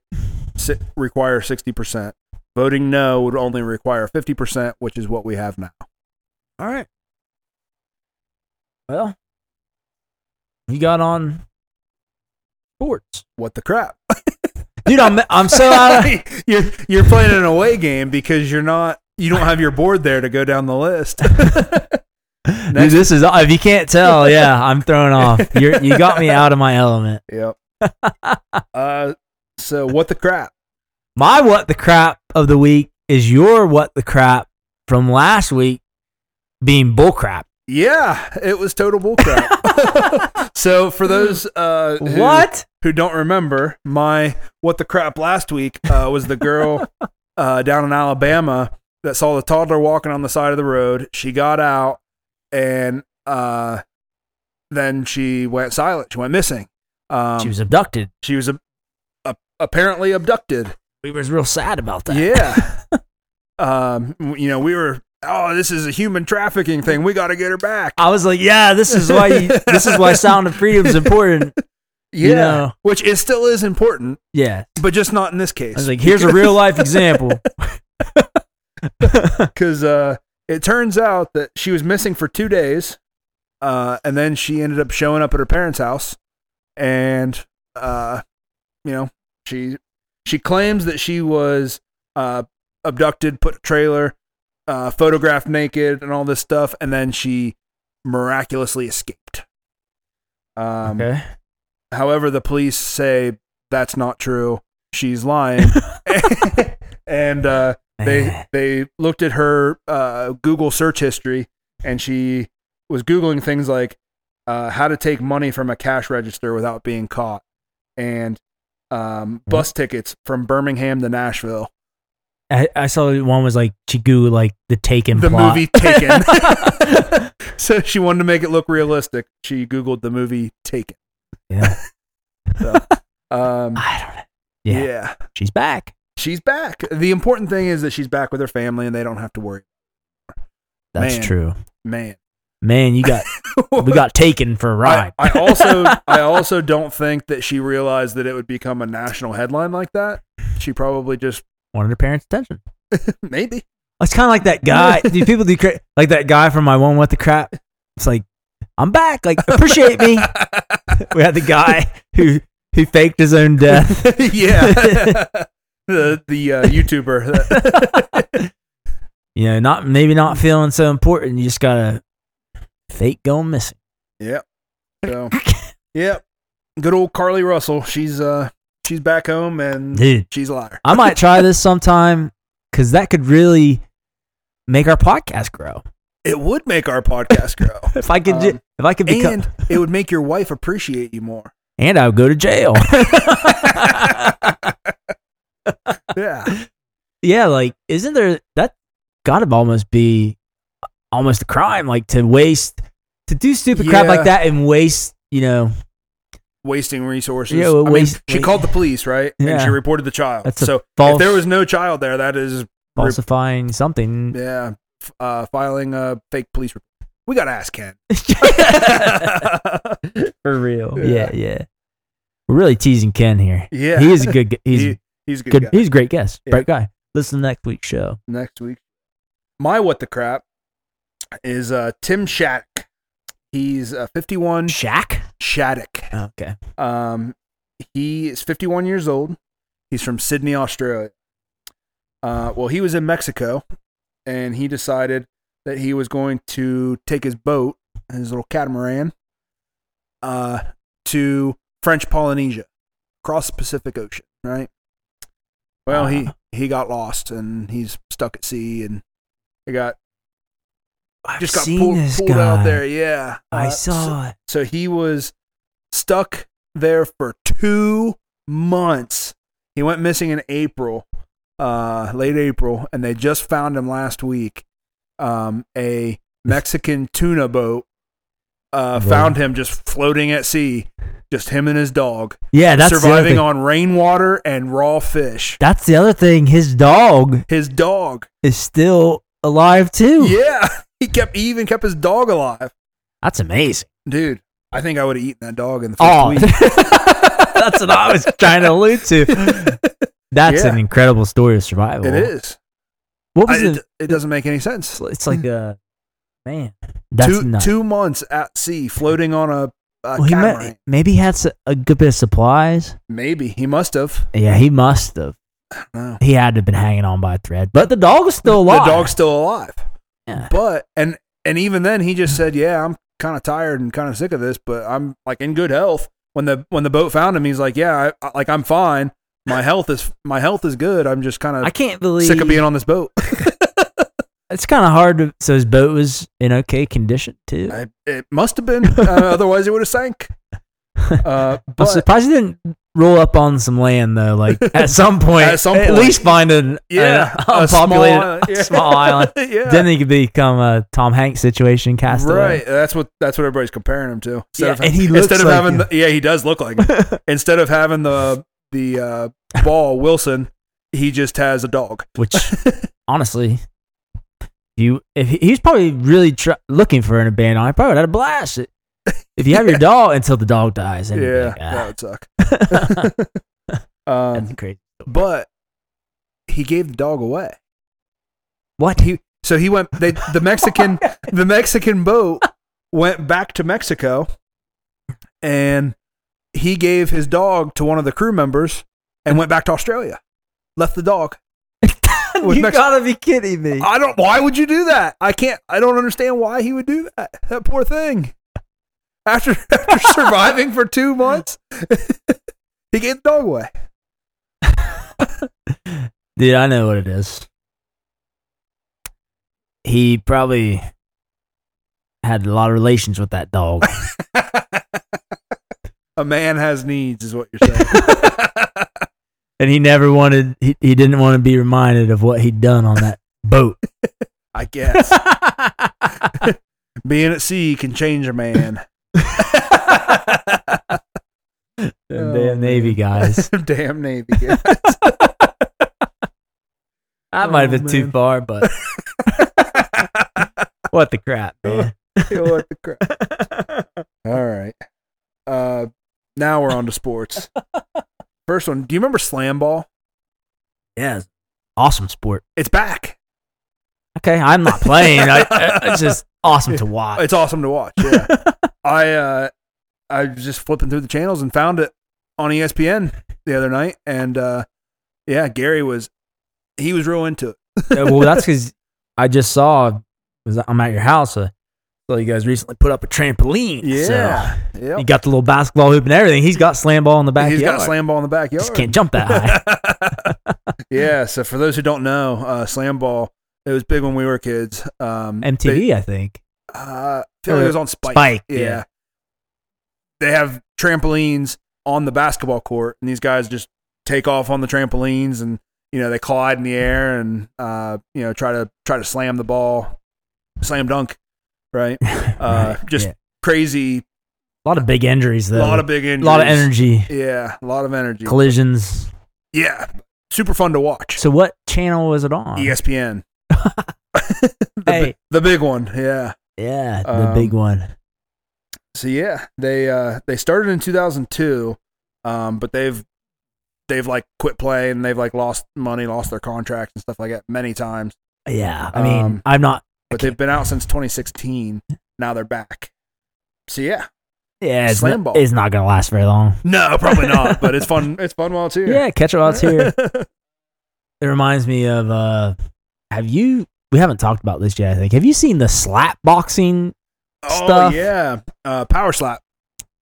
B: si- require sixty percent. Voting no would only require fifty percent, which is what we have now.
A: All right. Well, we got on sports,
B: What the crap?
A: dude. I'm I'm so out of.
B: you're you're playing an away game because you're not you don't have your board there to go down the list.
A: Dude, this is if you can't tell, yeah, I'm thrown off. You you got me out of my element.
B: yep. Uh, so what the crap?
A: My what the crap of the week is your what the crap from last week being bull crap.
B: Yeah, it was total bull crap. so for those uh, who-
A: What?
B: who don't remember, my what the crap last week uh, was the girl uh, down in Alabama that saw the toddler walking on the side of the road. She got out and uh, then she went silent. She went missing. Um,
A: she was abducted.
B: she was a, a, apparently abducted.
A: We was real sad about that.
B: Yeah. um, you know, we were, oh, this is a human trafficking thing. We got to get her back.
A: I was like, yeah, this is why you, this is why sound of freedom is important.
B: Yeah.
A: know.
B: Which it still is important,
A: Yeah.
B: but just not in this
A: I
B: case.
A: was like, here's a real life example.
B: because uh, it turns out that she was missing for two days, uh, and then she ended up showing up at her parents' house, and uh, you know she she claims that she was uh, abducted, put in a trailer, uh, photographed naked, and all this stuff, and then she miraculously escaped. Um,
A: okay.
B: However, the police say that's not true. She's lying, and uh,
A: Eh.
B: they they looked at her uh, Google search history, and she was googling things like uh, how to take money from a cash register without being caught, and um, bus tickets from Birmingham to Nashville.
A: I, I saw one was like Chigu, like the Taken
B: The
A: plot.
B: movie Taken. so she wanted to make it look realistic. She googled the movie Taken.
A: Yeah.
B: So, um,
A: I don't know. Yeah,
B: yeah.
A: she's back.
B: she's back. The important thing is that she's back with her family, and they don't have to worry.
A: That's
B: Man.
A: true.
B: Man,
A: Man, you got we got taken for a
B: I,
A: ride.
B: I also I also don't think that she realized that it would become a national headline like that. She probably just
A: Wanted her parents' attention.
B: maybe
A: It's kind of like that guy. do people do cra- like that guy from my one with the crap? It's like I'm back. Like appreciate me. we had the guy who who faked his own death.
B: yeah. the the uh, YouTuber.
A: You know, not maybe not feeling so important. You just gotta fake going missing.
B: So, yep. Good old Carly Russell. She's uh she's back home and
A: Dude,
B: she's a liar.
A: I might try this sometime because that could really make our podcast grow.
B: It would make our podcast grow.
A: If I could, ju-
B: Um,
A: if I could become, and,
B: and it would make your wife appreciate you more.
A: I would go to jail.
B: Yeah.
A: yeah, like isn't there that got to almost be almost a crime, like to waste to do stupid crap
B: Yeah.
A: like that and waste, you know,
B: Wasting resources.
A: Yeah,
B: I
A: well,
B: mean,
A: waste-
B: she called the police, right? And
A: Yeah.
B: she reported the child.
A: That's a
B: so if
A: false-
B: there was no child there, that is
A: falsifying something.
B: yeah, f- uh, filing a fake police report. We gotta ask Ken.
A: For real.
B: Yeah.
A: Yeah. yeah, We're really teasing Ken here.
B: yeah.
A: He is a good. gu- He's
B: He-
A: a
B: he's a good,
A: good.
B: guy.
A: He's a great guest.
B: Yeah.
A: Great guy. Listen to next week's show.
B: next week. My what the crap is uh, Tim Shattuck. He's uh, 51.
A: Shaq.
B: Shattuck.
A: Oh, Okay.
B: Um, he is 51 years old. He's from Sydney, Australia. Uh, well, he was in Mexico, and he decided that he was going to take his boat, his little catamaran, uh, to French Polynesia, across the Pacific Ocean. Right. Well, he
A: Ah.
B: he got lost, and he's stuck at sea, and he got
A: I've
B: just got
A: seen
B: pulled,
A: this
B: pulled
A: guy.
B: out there. Yeah,
A: I
B: Uh, so-
A: saw it.
B: so he was stuck there for two months. He went missing in April, uh, late April, and they just found him last week. Um, a Mexican tuna boat uh,
A: Really?
B: found him just floating at sea, just him and his dog,
A: Yeah, that's the other
B: surviving
A: thing.
B: on rainwater and raw fish.
A: That's the other thing. His dog
B: His dog,
A: is still alive too.
B: yeah, he kept he even kept his dog alive,
A: That's amazing.
B: dude. I think I would have eaten that dog in the first
A: Oh,
B: week.
A: that's what I was trying to allude to. That's
B: Yeah.
A: an incredible story of survival.
B: It is.
A: What
B: I-
A: was it?
B: it, it doesn't make any sense.
A: It's like a man. That's
B: two uh,
A: nuts.
B: two months at sea, floating on a, a
A: Well, he
B: catamaran.
A: might, maybe he had s- a good bit of supplies.
B: Maybe he must have.
A: Yeah, he must have.
B: No.
A: He had to have been hanging on by a thread. But the dog was still
B: The
A: alive.
B: dog's still alive,
A: Yeah.
B: but and and even then, he just said, "Yeah, I'm kind of tired and kind of sick of this, but I'm like in good health." When the when the boat found him, he's like, "Yeah, I, I- like I'm fine. My health is my health is good. I'm just kind
A: I
B: of
A: can't believe
B: sick of being on this boat."
A: it's kind of hard to. So his boat was in okay condition too.
B: I, it must have been, uh, otherwise it would have sank. Uh,
A: I'm
B: but
A: surprised he didn't roll up on some land though. Like at some point,
B: At some point.
A: least find an
B: yeah,
A: an
B: a small
A: unpopulated
B: island.
A: a small island.
B: yeah.
A: Then he could become a Tom Hanks situation cast
B: Right. That's what that's what everybody's comparing him to. Instead
A: Yeah,
B: of,
A: and he looks
B: instead of
A: like
B: having
A: him.
B: the, yeah, he does look like him. instead of having the the uh, ball Wilson, he just has a dog.
A: Which honestly, you if he, he's probably really tr- looking for an abandoned, I probably would have had a blast. If you have your dog until the dog dies, and
B: yeah,
A: yeah,
B: that would suck.
A: ah, that's
B: Um,
A: crazy.
B: but he gave the dog away.
A: What?
B: He so he went. They the Mexican
A: Oh,
B: the Mexican boat went back to Mexico, and he gave his dog to one of the crew members and went back to Australia. Left the dog. with
A: you
B: Mex-
A: gotta be kidding me!
B: I don't. Why would you do that? I can't. I don't understand why he would do that. That poor thing. After after surviving for two months, he gave the dog away.
A: Dude, I know what it is. He probably had a lot of relations with that dog.
B: A man has needs, is what you're saying.
A: and he never wanted he, he didn't want to be reminded of what he'd done on that boat.
B: I guess being at sea can change a man.
A: Them
B: Oh,
A: damn Navy guys.
B: Damn Navy. guy.
A: That
B: Oh,
A: might have been too
B: man.
A: far, but what the crap, man.
B: what the crap? All right. Uh, now we're on to sports. First one. Do you remember slam ball?
A: yeah, it's awesome sport.
B: It's back.
A: Okay, I'm not playing. I, I- it's just awesome to watch.
B: It's awesome to watch. Yeah. I uh, I was just flipping through the channels and found it on E ESPN the other night, and uh, yeah, Gary was he was real into it.
A: Yeah, Uh, well, that's because I just saw. Was I'm at your house. Uh, so you guys recently put up a trampoline. so
B: Yeah.
A: you
B: Yep.
A: got the little basketball hoop and everything. He's got slam ball in the backyard.
B: He's got slam ball in the backyard.
A: Just can't jump that high.
B: yeah. So for those who don't know, uh, slam ball it was big when we were kids. Um,
A: MTV, I think.
B: They, uh, I feel like it was on Spike.
A: Spike,
B: Yeah.
A: yeah.
B: They have trampolines on the basketball court, and these guys just take off on the trampolines, and you know they collide in the air, and uh, you know try to try to slam the ball, slam dunk, right? Uh,
A: Right,
B: just
A: yeah.
B: crazy,
A: a lot of big injuries
B: a
A: though.
B: lot of big injuries,
A: a lot of energy
B: yeah, a lot of energy,
A: collisions.
B: yeah, super fun to watch. E
A: So what channel was it on?
B: ESPN. the, bi-
A: Hey.
B: the big one, yeah.
A: Yeah, the
B: Um,
A: big one.
B: So yeah, they uh they started in 2002, um, but they've they've like quit playing, they've like lost money, lost their contracts and stuff like that many times.
A: Yeah, I mean,
B: um,
A: I'm not.
B: But they've been out since 2016. Now they're back. So yeah,
A: Yeah, it's, not,
B: slam ball.
A: it's not gonna last very long.
B: no, probably not. but it's fun. It's fun while it's here.
A: Yeah, catch it while it's here. It reminds me of. uh Have you? We haven't talked about this yet. I think. Have you seen the slap boxing?
B: oh
A: Stuff.
B: yeah, uh, power slap.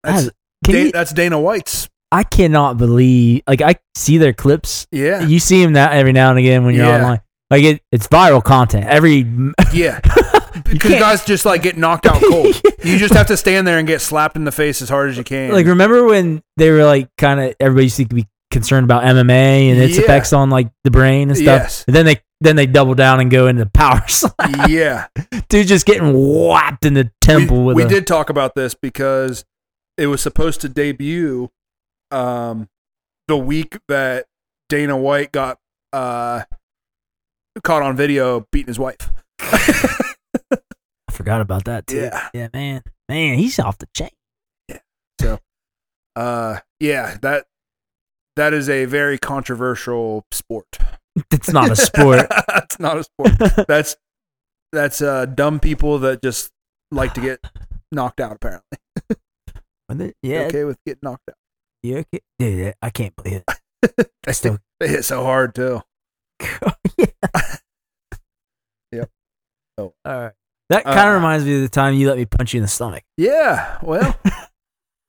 B: That's
A: That's, can
B: Dan-
A: you,
B: that's Dana White's.
A: I cannot believe. Like I see their clips.
B: Yeah,
A: You see them that every now and again when you're
B: Yeah.
A: online. Like it, it's viral content. Every
B: yeah. Because
A: can't-
B: guys just like get knocked out cold. you just have to stand there and get slapped in the face as hard as you can.
A: like remember when they were like kind of everybody used to be concerned about MMA and its
B: Yeah.
A: effects on like the brain and stuff.
B: Yes.
A: And then they then they double down and go into power slap.
B: yeah.
A: Dude, just getting whapped in the
B: We,
A: temple with
B: we
A: a,
B: did talk about this because it was supposed to debut um, the week that Dana White got uh, caught on video beating his wife.
A: I forgot about that too.
B: Yeah.
A: yeah, man, man, he's off the chain.
B: Uh, yeah, that that is a very controversial sport.
A: It's not a sport.
B: that's not a sport. That's that's uh, dumb people that just like to get knocked out. Apparently, They're
A: yeah,
B: okay with getting knocked out.
A: you okay? dude, I can't believe it.
B: They still they hit so hard too.
A: All right. That
B: Uh,
A: kind of reminds me of the time you let me punch you in the stomach,
B: Yeah, well,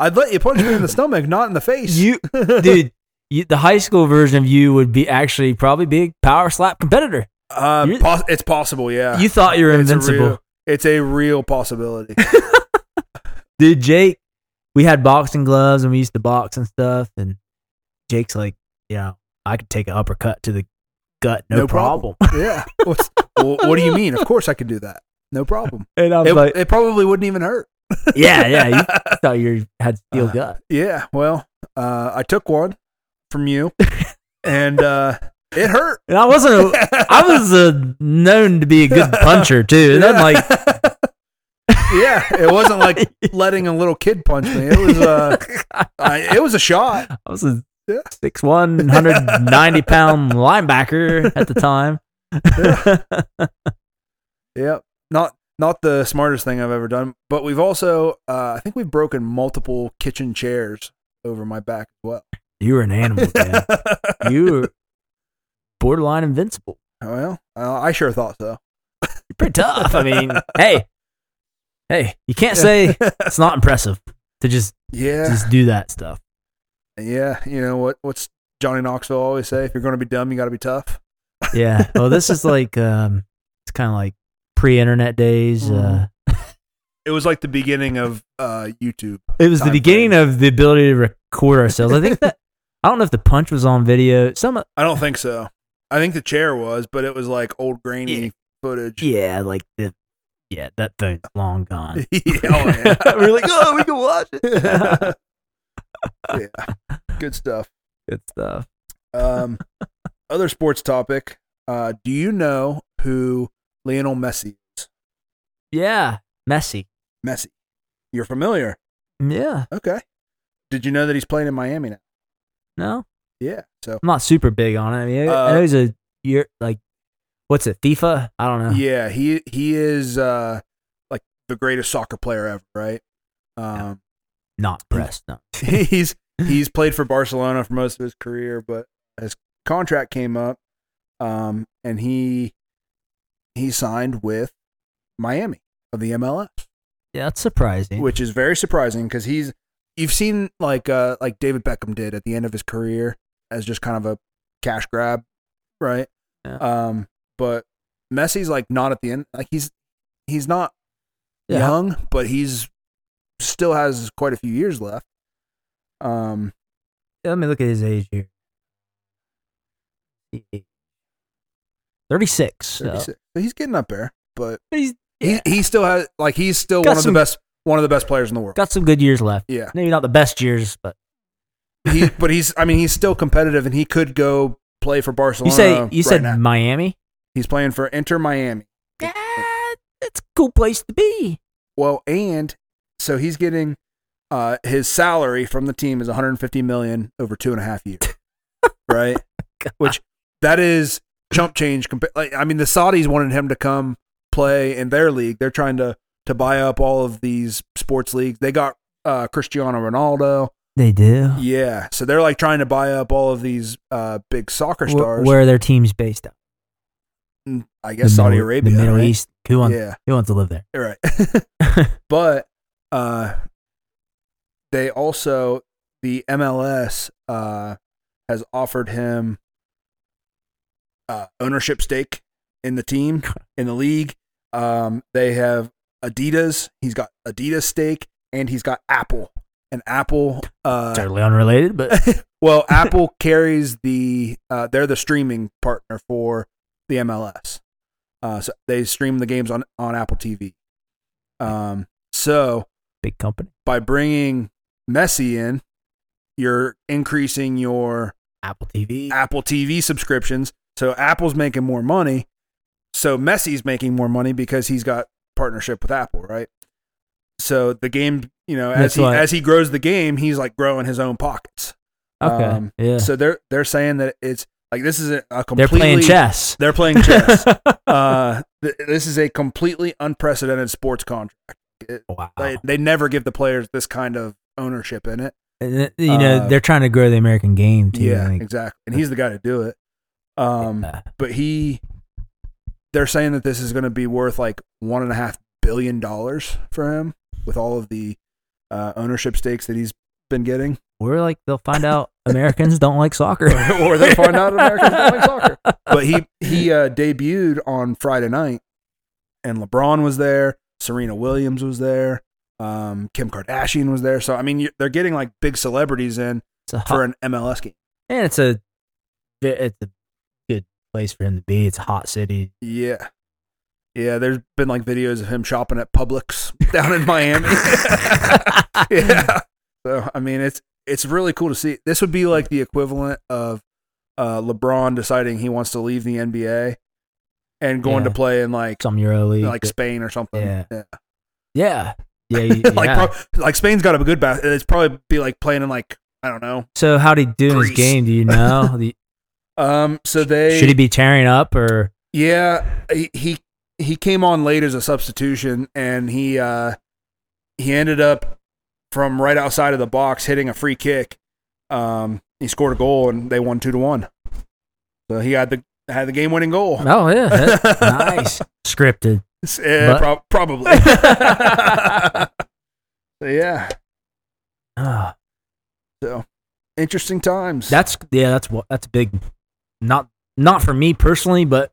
B: I'd let you punch me in the stomach, not in the face.
A: You- dude. You, the high school version of you would be actually probably be a power slap competitor.
B: uh,
A: you-
B: pos- it's possible, yeah.
A: You thought you were
B: It's a
A: invincible.
B: real- It's a real possibility.
A: dude jake we had boxing gloves and we used to box and stuff and jake's like you know i could take an uppercut to the gut no, problem.
B: yeah. What's, well, what do you mean? Of course I could do that. No problem.
A: and i was
B: It,
A: like
B: it probably wouldn't even hurt.
A: yeah yeah you thought you had steel gut
B: Yeah. Well, uh, I took one from you, and uh, it hurt.
A: and i wasn't a, i was uh known to be a good puncher too and then like
B: yeah, it wasn't like letting a little kid punch me. It was uh, I, it was a shot.
A: i was a
B: Yeah.
A: six one 190 pound linebacker at the time
B: Yep. Not not the smartest thing I've ever done, but we've also uh, I think we've broken multiple kitchen chairs over my back as well.
A: you were an animal man you were borderline invincible
B: well, uh, I sure thought so.
A: pretty tough. I mean, hey, hey, you can't say it's not impressive to just
B: Yeah.
A: just do that stuff.
B: Yeah, you know what what's Johnny Knoxville always say, if you're going to be dumb, you got to be tough.
A: Yeah. Well, this is like um, it's kind of like pre-internet days. Uh,
B: Mhm. It was like the beginning of uh, YouTube.
A: it was the
B: Time
A: beginning
B: frame.
A: of the ability to record ourselves. I think that I don't know if the punch was on video. Some
B: I don't think so. I think the chair was, but it was like old grainy
A: Yeah.
B: footage.
A: yeah, like the yeah that phone's long gone.
B: Yeah, oh, yeah.
A: We're like, oh, we can watch it.
B: Good stuff.
A: Good stuff.
B: Um, other sports topic. Uh, do you know who Lionel Messi is?
A: Yeah, Messi.
B: Messi. You're familiar.
A: Yeah.
B: Okay. Did you know that he's playing in Miami now?
A: No,
B: Yeah. So
A: I'm not super big on it. I mean,
B: Uh,
A: I know he's a year like, what's it? FIFA? I don't know.
B: yeah, he he is uh like the greatest soccer player ever, right? Um
A: Not impressed. No.
B: he's he's played for Barcelona for most of his career, but his contract came up, um, and he he signed with Miami of the MLS,
A: Yeah, that's surprising.
B: which is very surprising because he's you've seen like uh like David Beckham did at the end of his career as just kind of a cash grab, right?
A: Yeah.
B: Um, but Messi's like not at the end, like he's he's not
A: yeah.
B: young, but he's still has quite a few years left. Um,
A: Let me look at his age here. Thirty-six. so-
B: 36. So he's getting up there, but
A: But he's
B: he, he still has like he's still
A: Got
B: one of
A: some-
B: the best one of the best players in the world.
A: got some good years left.
B: yeah,
A: Maybe not the best years, but
B: he, but he's I mean he's still competitive and he could go play for Barcelona.
A: you say you
B: uh, right
A: said
B: now.
A: Miami.
B: he's playing for Inter Miami.
A: Yeah, that's a cool place to be.
B: Well, and so he's getting uh, his salary from the team is 150 million over two and a half years, right? Which that is chump change. Compa- like, I mean, the Saudis wanted him to come play in their league. They're trying to to buy up all of these sports leagues. They got uh, Cristiano Ronaldo.
A: They do.
B: Yeah, so they're like trying to buy up all of these uh, big soccer
A: Wh-
B: stars.
A: Where are their teams based at?
B: Mm, I guess Saudi Arabia,
A: the Middle
B: right?
A: East. Who wants?
B: Yeah,
A: Who wants to live there?
B: right. but uh, they also the MLS uh, has offered him uh, ownership stake in the team in the league. Um, they have Adidas. He's got Adidas stake, and he's got Apple. And Apple, uh,
A: Totally unrelated, but
B: well, Apple carries the uh, they're the streaming partner for the MLS. Uh, so they stream the games on on Apple TV. Um, so
A: big company.
B: by bringing Messi in, you're increasing your
A: Apple TV.
B: Apple TV subscriptions. So Apple's making more money. So Messi's making more money because he's got partnership with Apple, right? So the game, you know, as
A: That's
B: he
A: right.
B: as he grows the game, he's like growing his own pockets.
A: Okay.
B: um,
A: yeah.
B: So they're they're saying that it's like this is a, a
A: They're
B: completely
A: playing chess.
B: They're playing chess. uh, th- this is a completely unprecedented sports contract.
A: wow.
B: They they never give the players this kind of ownership in it.
A: And th- you know,
B: uh,
A: they're trying to grow the American game too.
B: Yeah,
A: like,
B: exactly. And he's the guy to do it. Um,
A: yeah.
B: but he, they're saying that this is going to be worth like one and a half billion dollars for him with all of the uh, ownership stakes that he's been getting.
A: we're like they'll find out Americans don't like soccer,
B: Or they'll find out Americans don't like soccer. But he he uh, debuted on Friday night, and LeBron was there, Serena Williams was there, um, Kim Kardashian was there. So I mean, you they're getting like big celebrities in
A: It's a hot,
B: for an MLS game.
A: and it's a it's a good place for him to be. It's a hot city.
B: Yeah. Yeah, there's been like videos of him shopping at Publix down in Miami.
A: Hmm.
B: yeah. So I mean it's it's really cool to see. This would be like the equivalent of uh LeBron deciding he wants to leave the NBA and going
A: Yeah.
B: to play in like
A: Some Euro league.
B: like Spain or something.
A: Yeah. yeah, yeah, yeah.
B: like pro- like Spain's got a good bath. It's probably be like playing in like I don't know.
A: so how'd he do in his
B: Greece.
A: game? Do you know? The-
B: Um so they
A: Should he be tearing up or
B: Yeah, he- he he came on late as a substitution, and he uh, he ended up from right outside of the box hitting a free kick. Um, he scored a goal, and they won two to one. So he had the had the game winning goal.
A: Oh yeah, that- nice scripted.
B: Yeah,
A: But-
B: prob- probably. So, yeah,
A: Ah,
B: interesting times
A: that's yeah, that's what that's big. Not not for me personally, but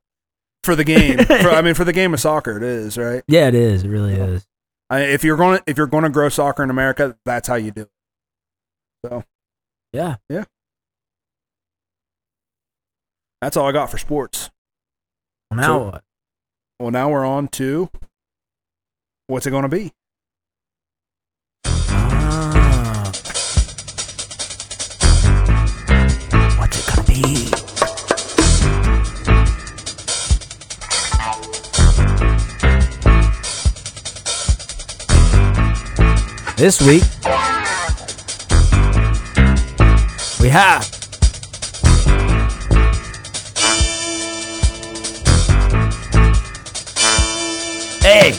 B: for the game. For, I mean, for the game of soccer, it is right.
A: yeah, it is. It really is.
B: I, if you're going to if you're going to grow soccer in America, that's how you do. it.
A: Yeah,
B: That's all I got for sports.
A: now
B: So-
A: what?
B: Well, now we're on to
A: Uh.
B: what's it going to be?
A: Ah. Key. This week, we have A.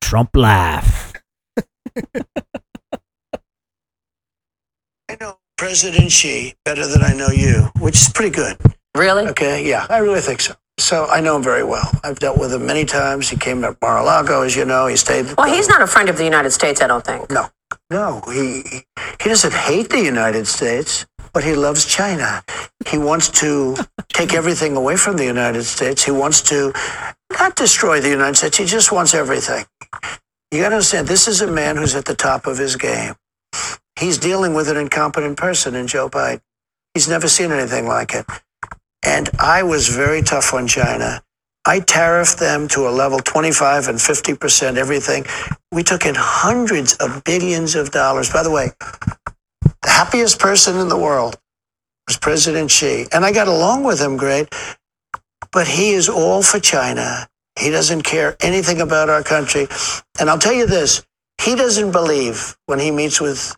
A: Trump laugh.
C: I know President Xi better than I know you, which is pretty good.
D: Really?
C: Okay, yeah, I really think so. So I know him very well. I've dealt with him many times. He came to Mar-a-Lago, as you know. He stayed.
D: Well, he's not a friend of the United States, I don't think.
C: No, no, he he doesn't hate the United States, but he loves China. He wants to take everything away from the United States. He wants to not destroy the United States. He just wants everything. You got to understand, this is a man who's at the top of his game. He's dealing with an incompetent person in Joe Biden. He's never seen anything like it. And I was very tough on China. I tariffed them to a level 25 and 50% everything. We took in hundreds of billions of dollars. By the way, the happiest person in the world was President Xi. And I got along with him great, but he is all for China. He doesn't care anything about our country. And I'll tell you this he doesn't believe when he meets with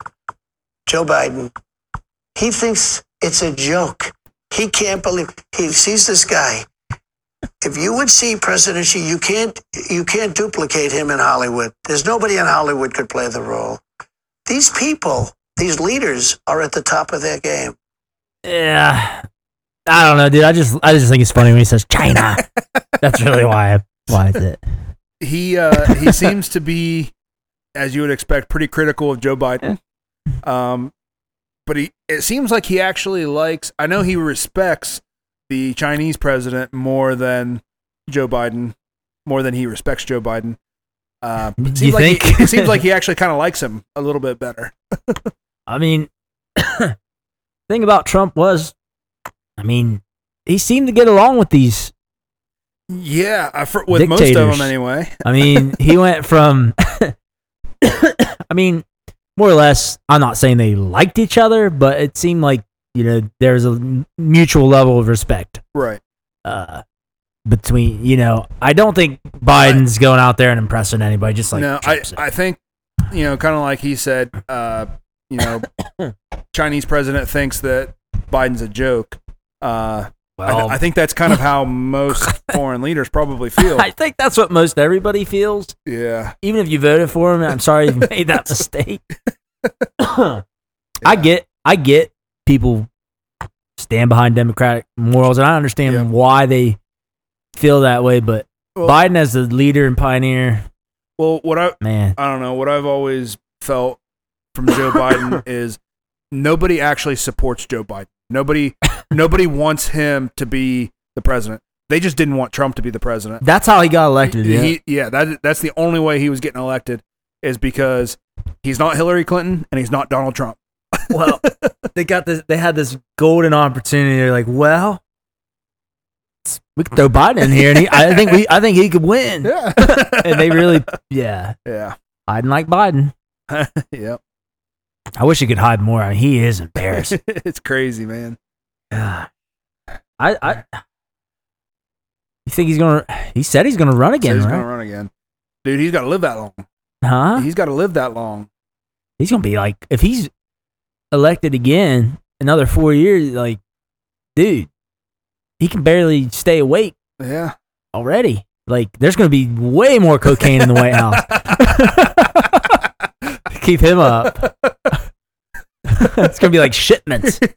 C: Joe Biden, he thinks it's a joke. He can't believe he sees this guy if you would see President Xi, you can't you can't duplicate him in Hollywood. There's nobody in Hollywood could play the role. These people, these leaders, are at the top of their game.
A: Yeah. I don't know, dude. I just I just think it's funny when he says China. That's really why I why I did. it.
B: he uh, he seems to be, as you would expect, pretty critical of Joe Biden. Um, but he it seems like he actually likes. I know he respects the Chinese president more than Joe Biden, more than he respects Joe Biden. Uh,
A: You
B: it seems like he-
A: think?
B: it seems like he actually kind of likes him a little bit better.
A: I mean, thing about Trump was, I mean, he seemed to get along with these.
B: Yeah, I, for, with most of
A: Dictators.
B: them anyway.
A: I mean, he went from, I mean, more or less. I'm not saying they liked each other, but it seemed like you know there's a mutual level of respect
B: Right.
A: uh, between. You know, I don't think Biden's going out there and impressing anybody. Just like
B: no, I,
A: Trump's.
B: I think, you know, kind of like he said, uh, you know, Chinese president thinks that Biden's a joke. Uh, I, th-
A: Well-
B: I think that's kind of how most foreign leaders probably feel.
A: I think that's what most everybody feels.
B: Yeah.
A: even if you voted for him, I'm sorry you made that mistake. I get, I get people stand behind democratic morals, and I understand
B: Yeah.
A: why they feel that way. But
B: Well-
A: Biden, as the leader and pioneer,
B: Well, what I
A: man,
B: I don't know what I've always felt from Joe Biden is nobody actually supports Joe Biden. Nobody nobody wants him to be the president. They just didn't want Trump to be the president.
A: that's how he got elected. Yeah,
B: He, yeah, that that's the only way he was getting elected is because he's not Hillary Clinton and he's not Donald Trump.
A: well, they got this. They had this golden opportunity. They're like, well, we could throw Biden in here, and he, I think we, I think he could win.
B: Yeah.
A: And they really, yeah,
B: yeah.
A: hiding like Biden.
B: Yep.
A: I wish he could hide more. I mean, he is embarrassing.
B: it's crazy, man.
A: God. I, I, you think he's gonna? He said he's gonna run
B: So
A: again,
B: he's
A: right?
B: gonna run again. Dude, he's gotta live that long.
A: huh?
B: He's gotta live that long.
A: he's gonna be like, if he's elected again, another four years, like, dude, he can barely stay awake
B: Yeah.
A: already. Like, there's gonna be way more cocaine in the White House. to Keep him up. it's gonna be like shipments.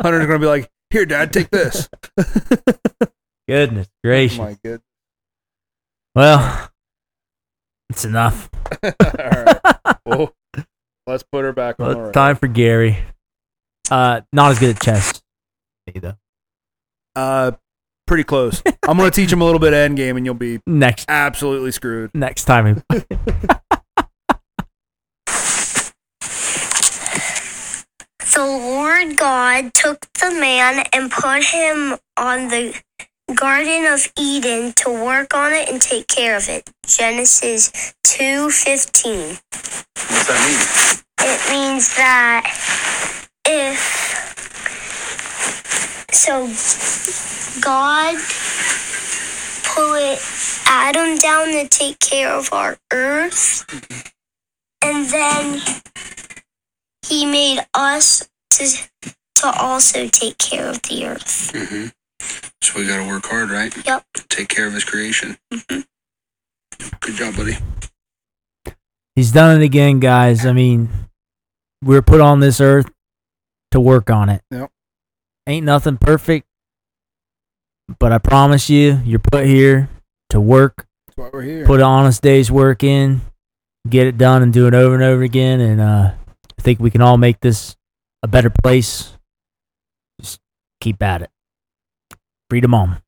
B: Hunter's gonna be like, here, Dad, take this.
A: Goodness
B: Oh
A: gracious.
B: my good.
A: Well, it's enough.
B: All right. Well, let's put her back on
A: Well,
B: the
A: it's
B: right.
A: time for Gary. Uh, not as good at chess. Either.
B: Uh pretty close. I'm gonna teach him a little bit of end game and you'll be
A: Next,
B: absolutely screwed.
A: next time. he-
E: The Lord God took the man and put him on the Garden of Eden to work on it and take care of it. Genesis 2:15.
F: What's that mean?
E: It means that if so God put Adam down to take care of our earth and then he made us to to also take care of the earth.
F: Mm-hmm. So we got to work hard, right?
E: Yep.
F: Take care of his creation. Mm-hmm. Good job, buddy.
A: He's done it again, guys. I mean, we are put on this earth to work on it.
B: Yep.
A: Ain't nothing perfect, but I promise you, you're put here to work.
B: That's why we're here.
A: Put an honest day's work in, get it done, and do it over and over again. And uh, I think we can all make this a better place. Just keep at it. Freedom on.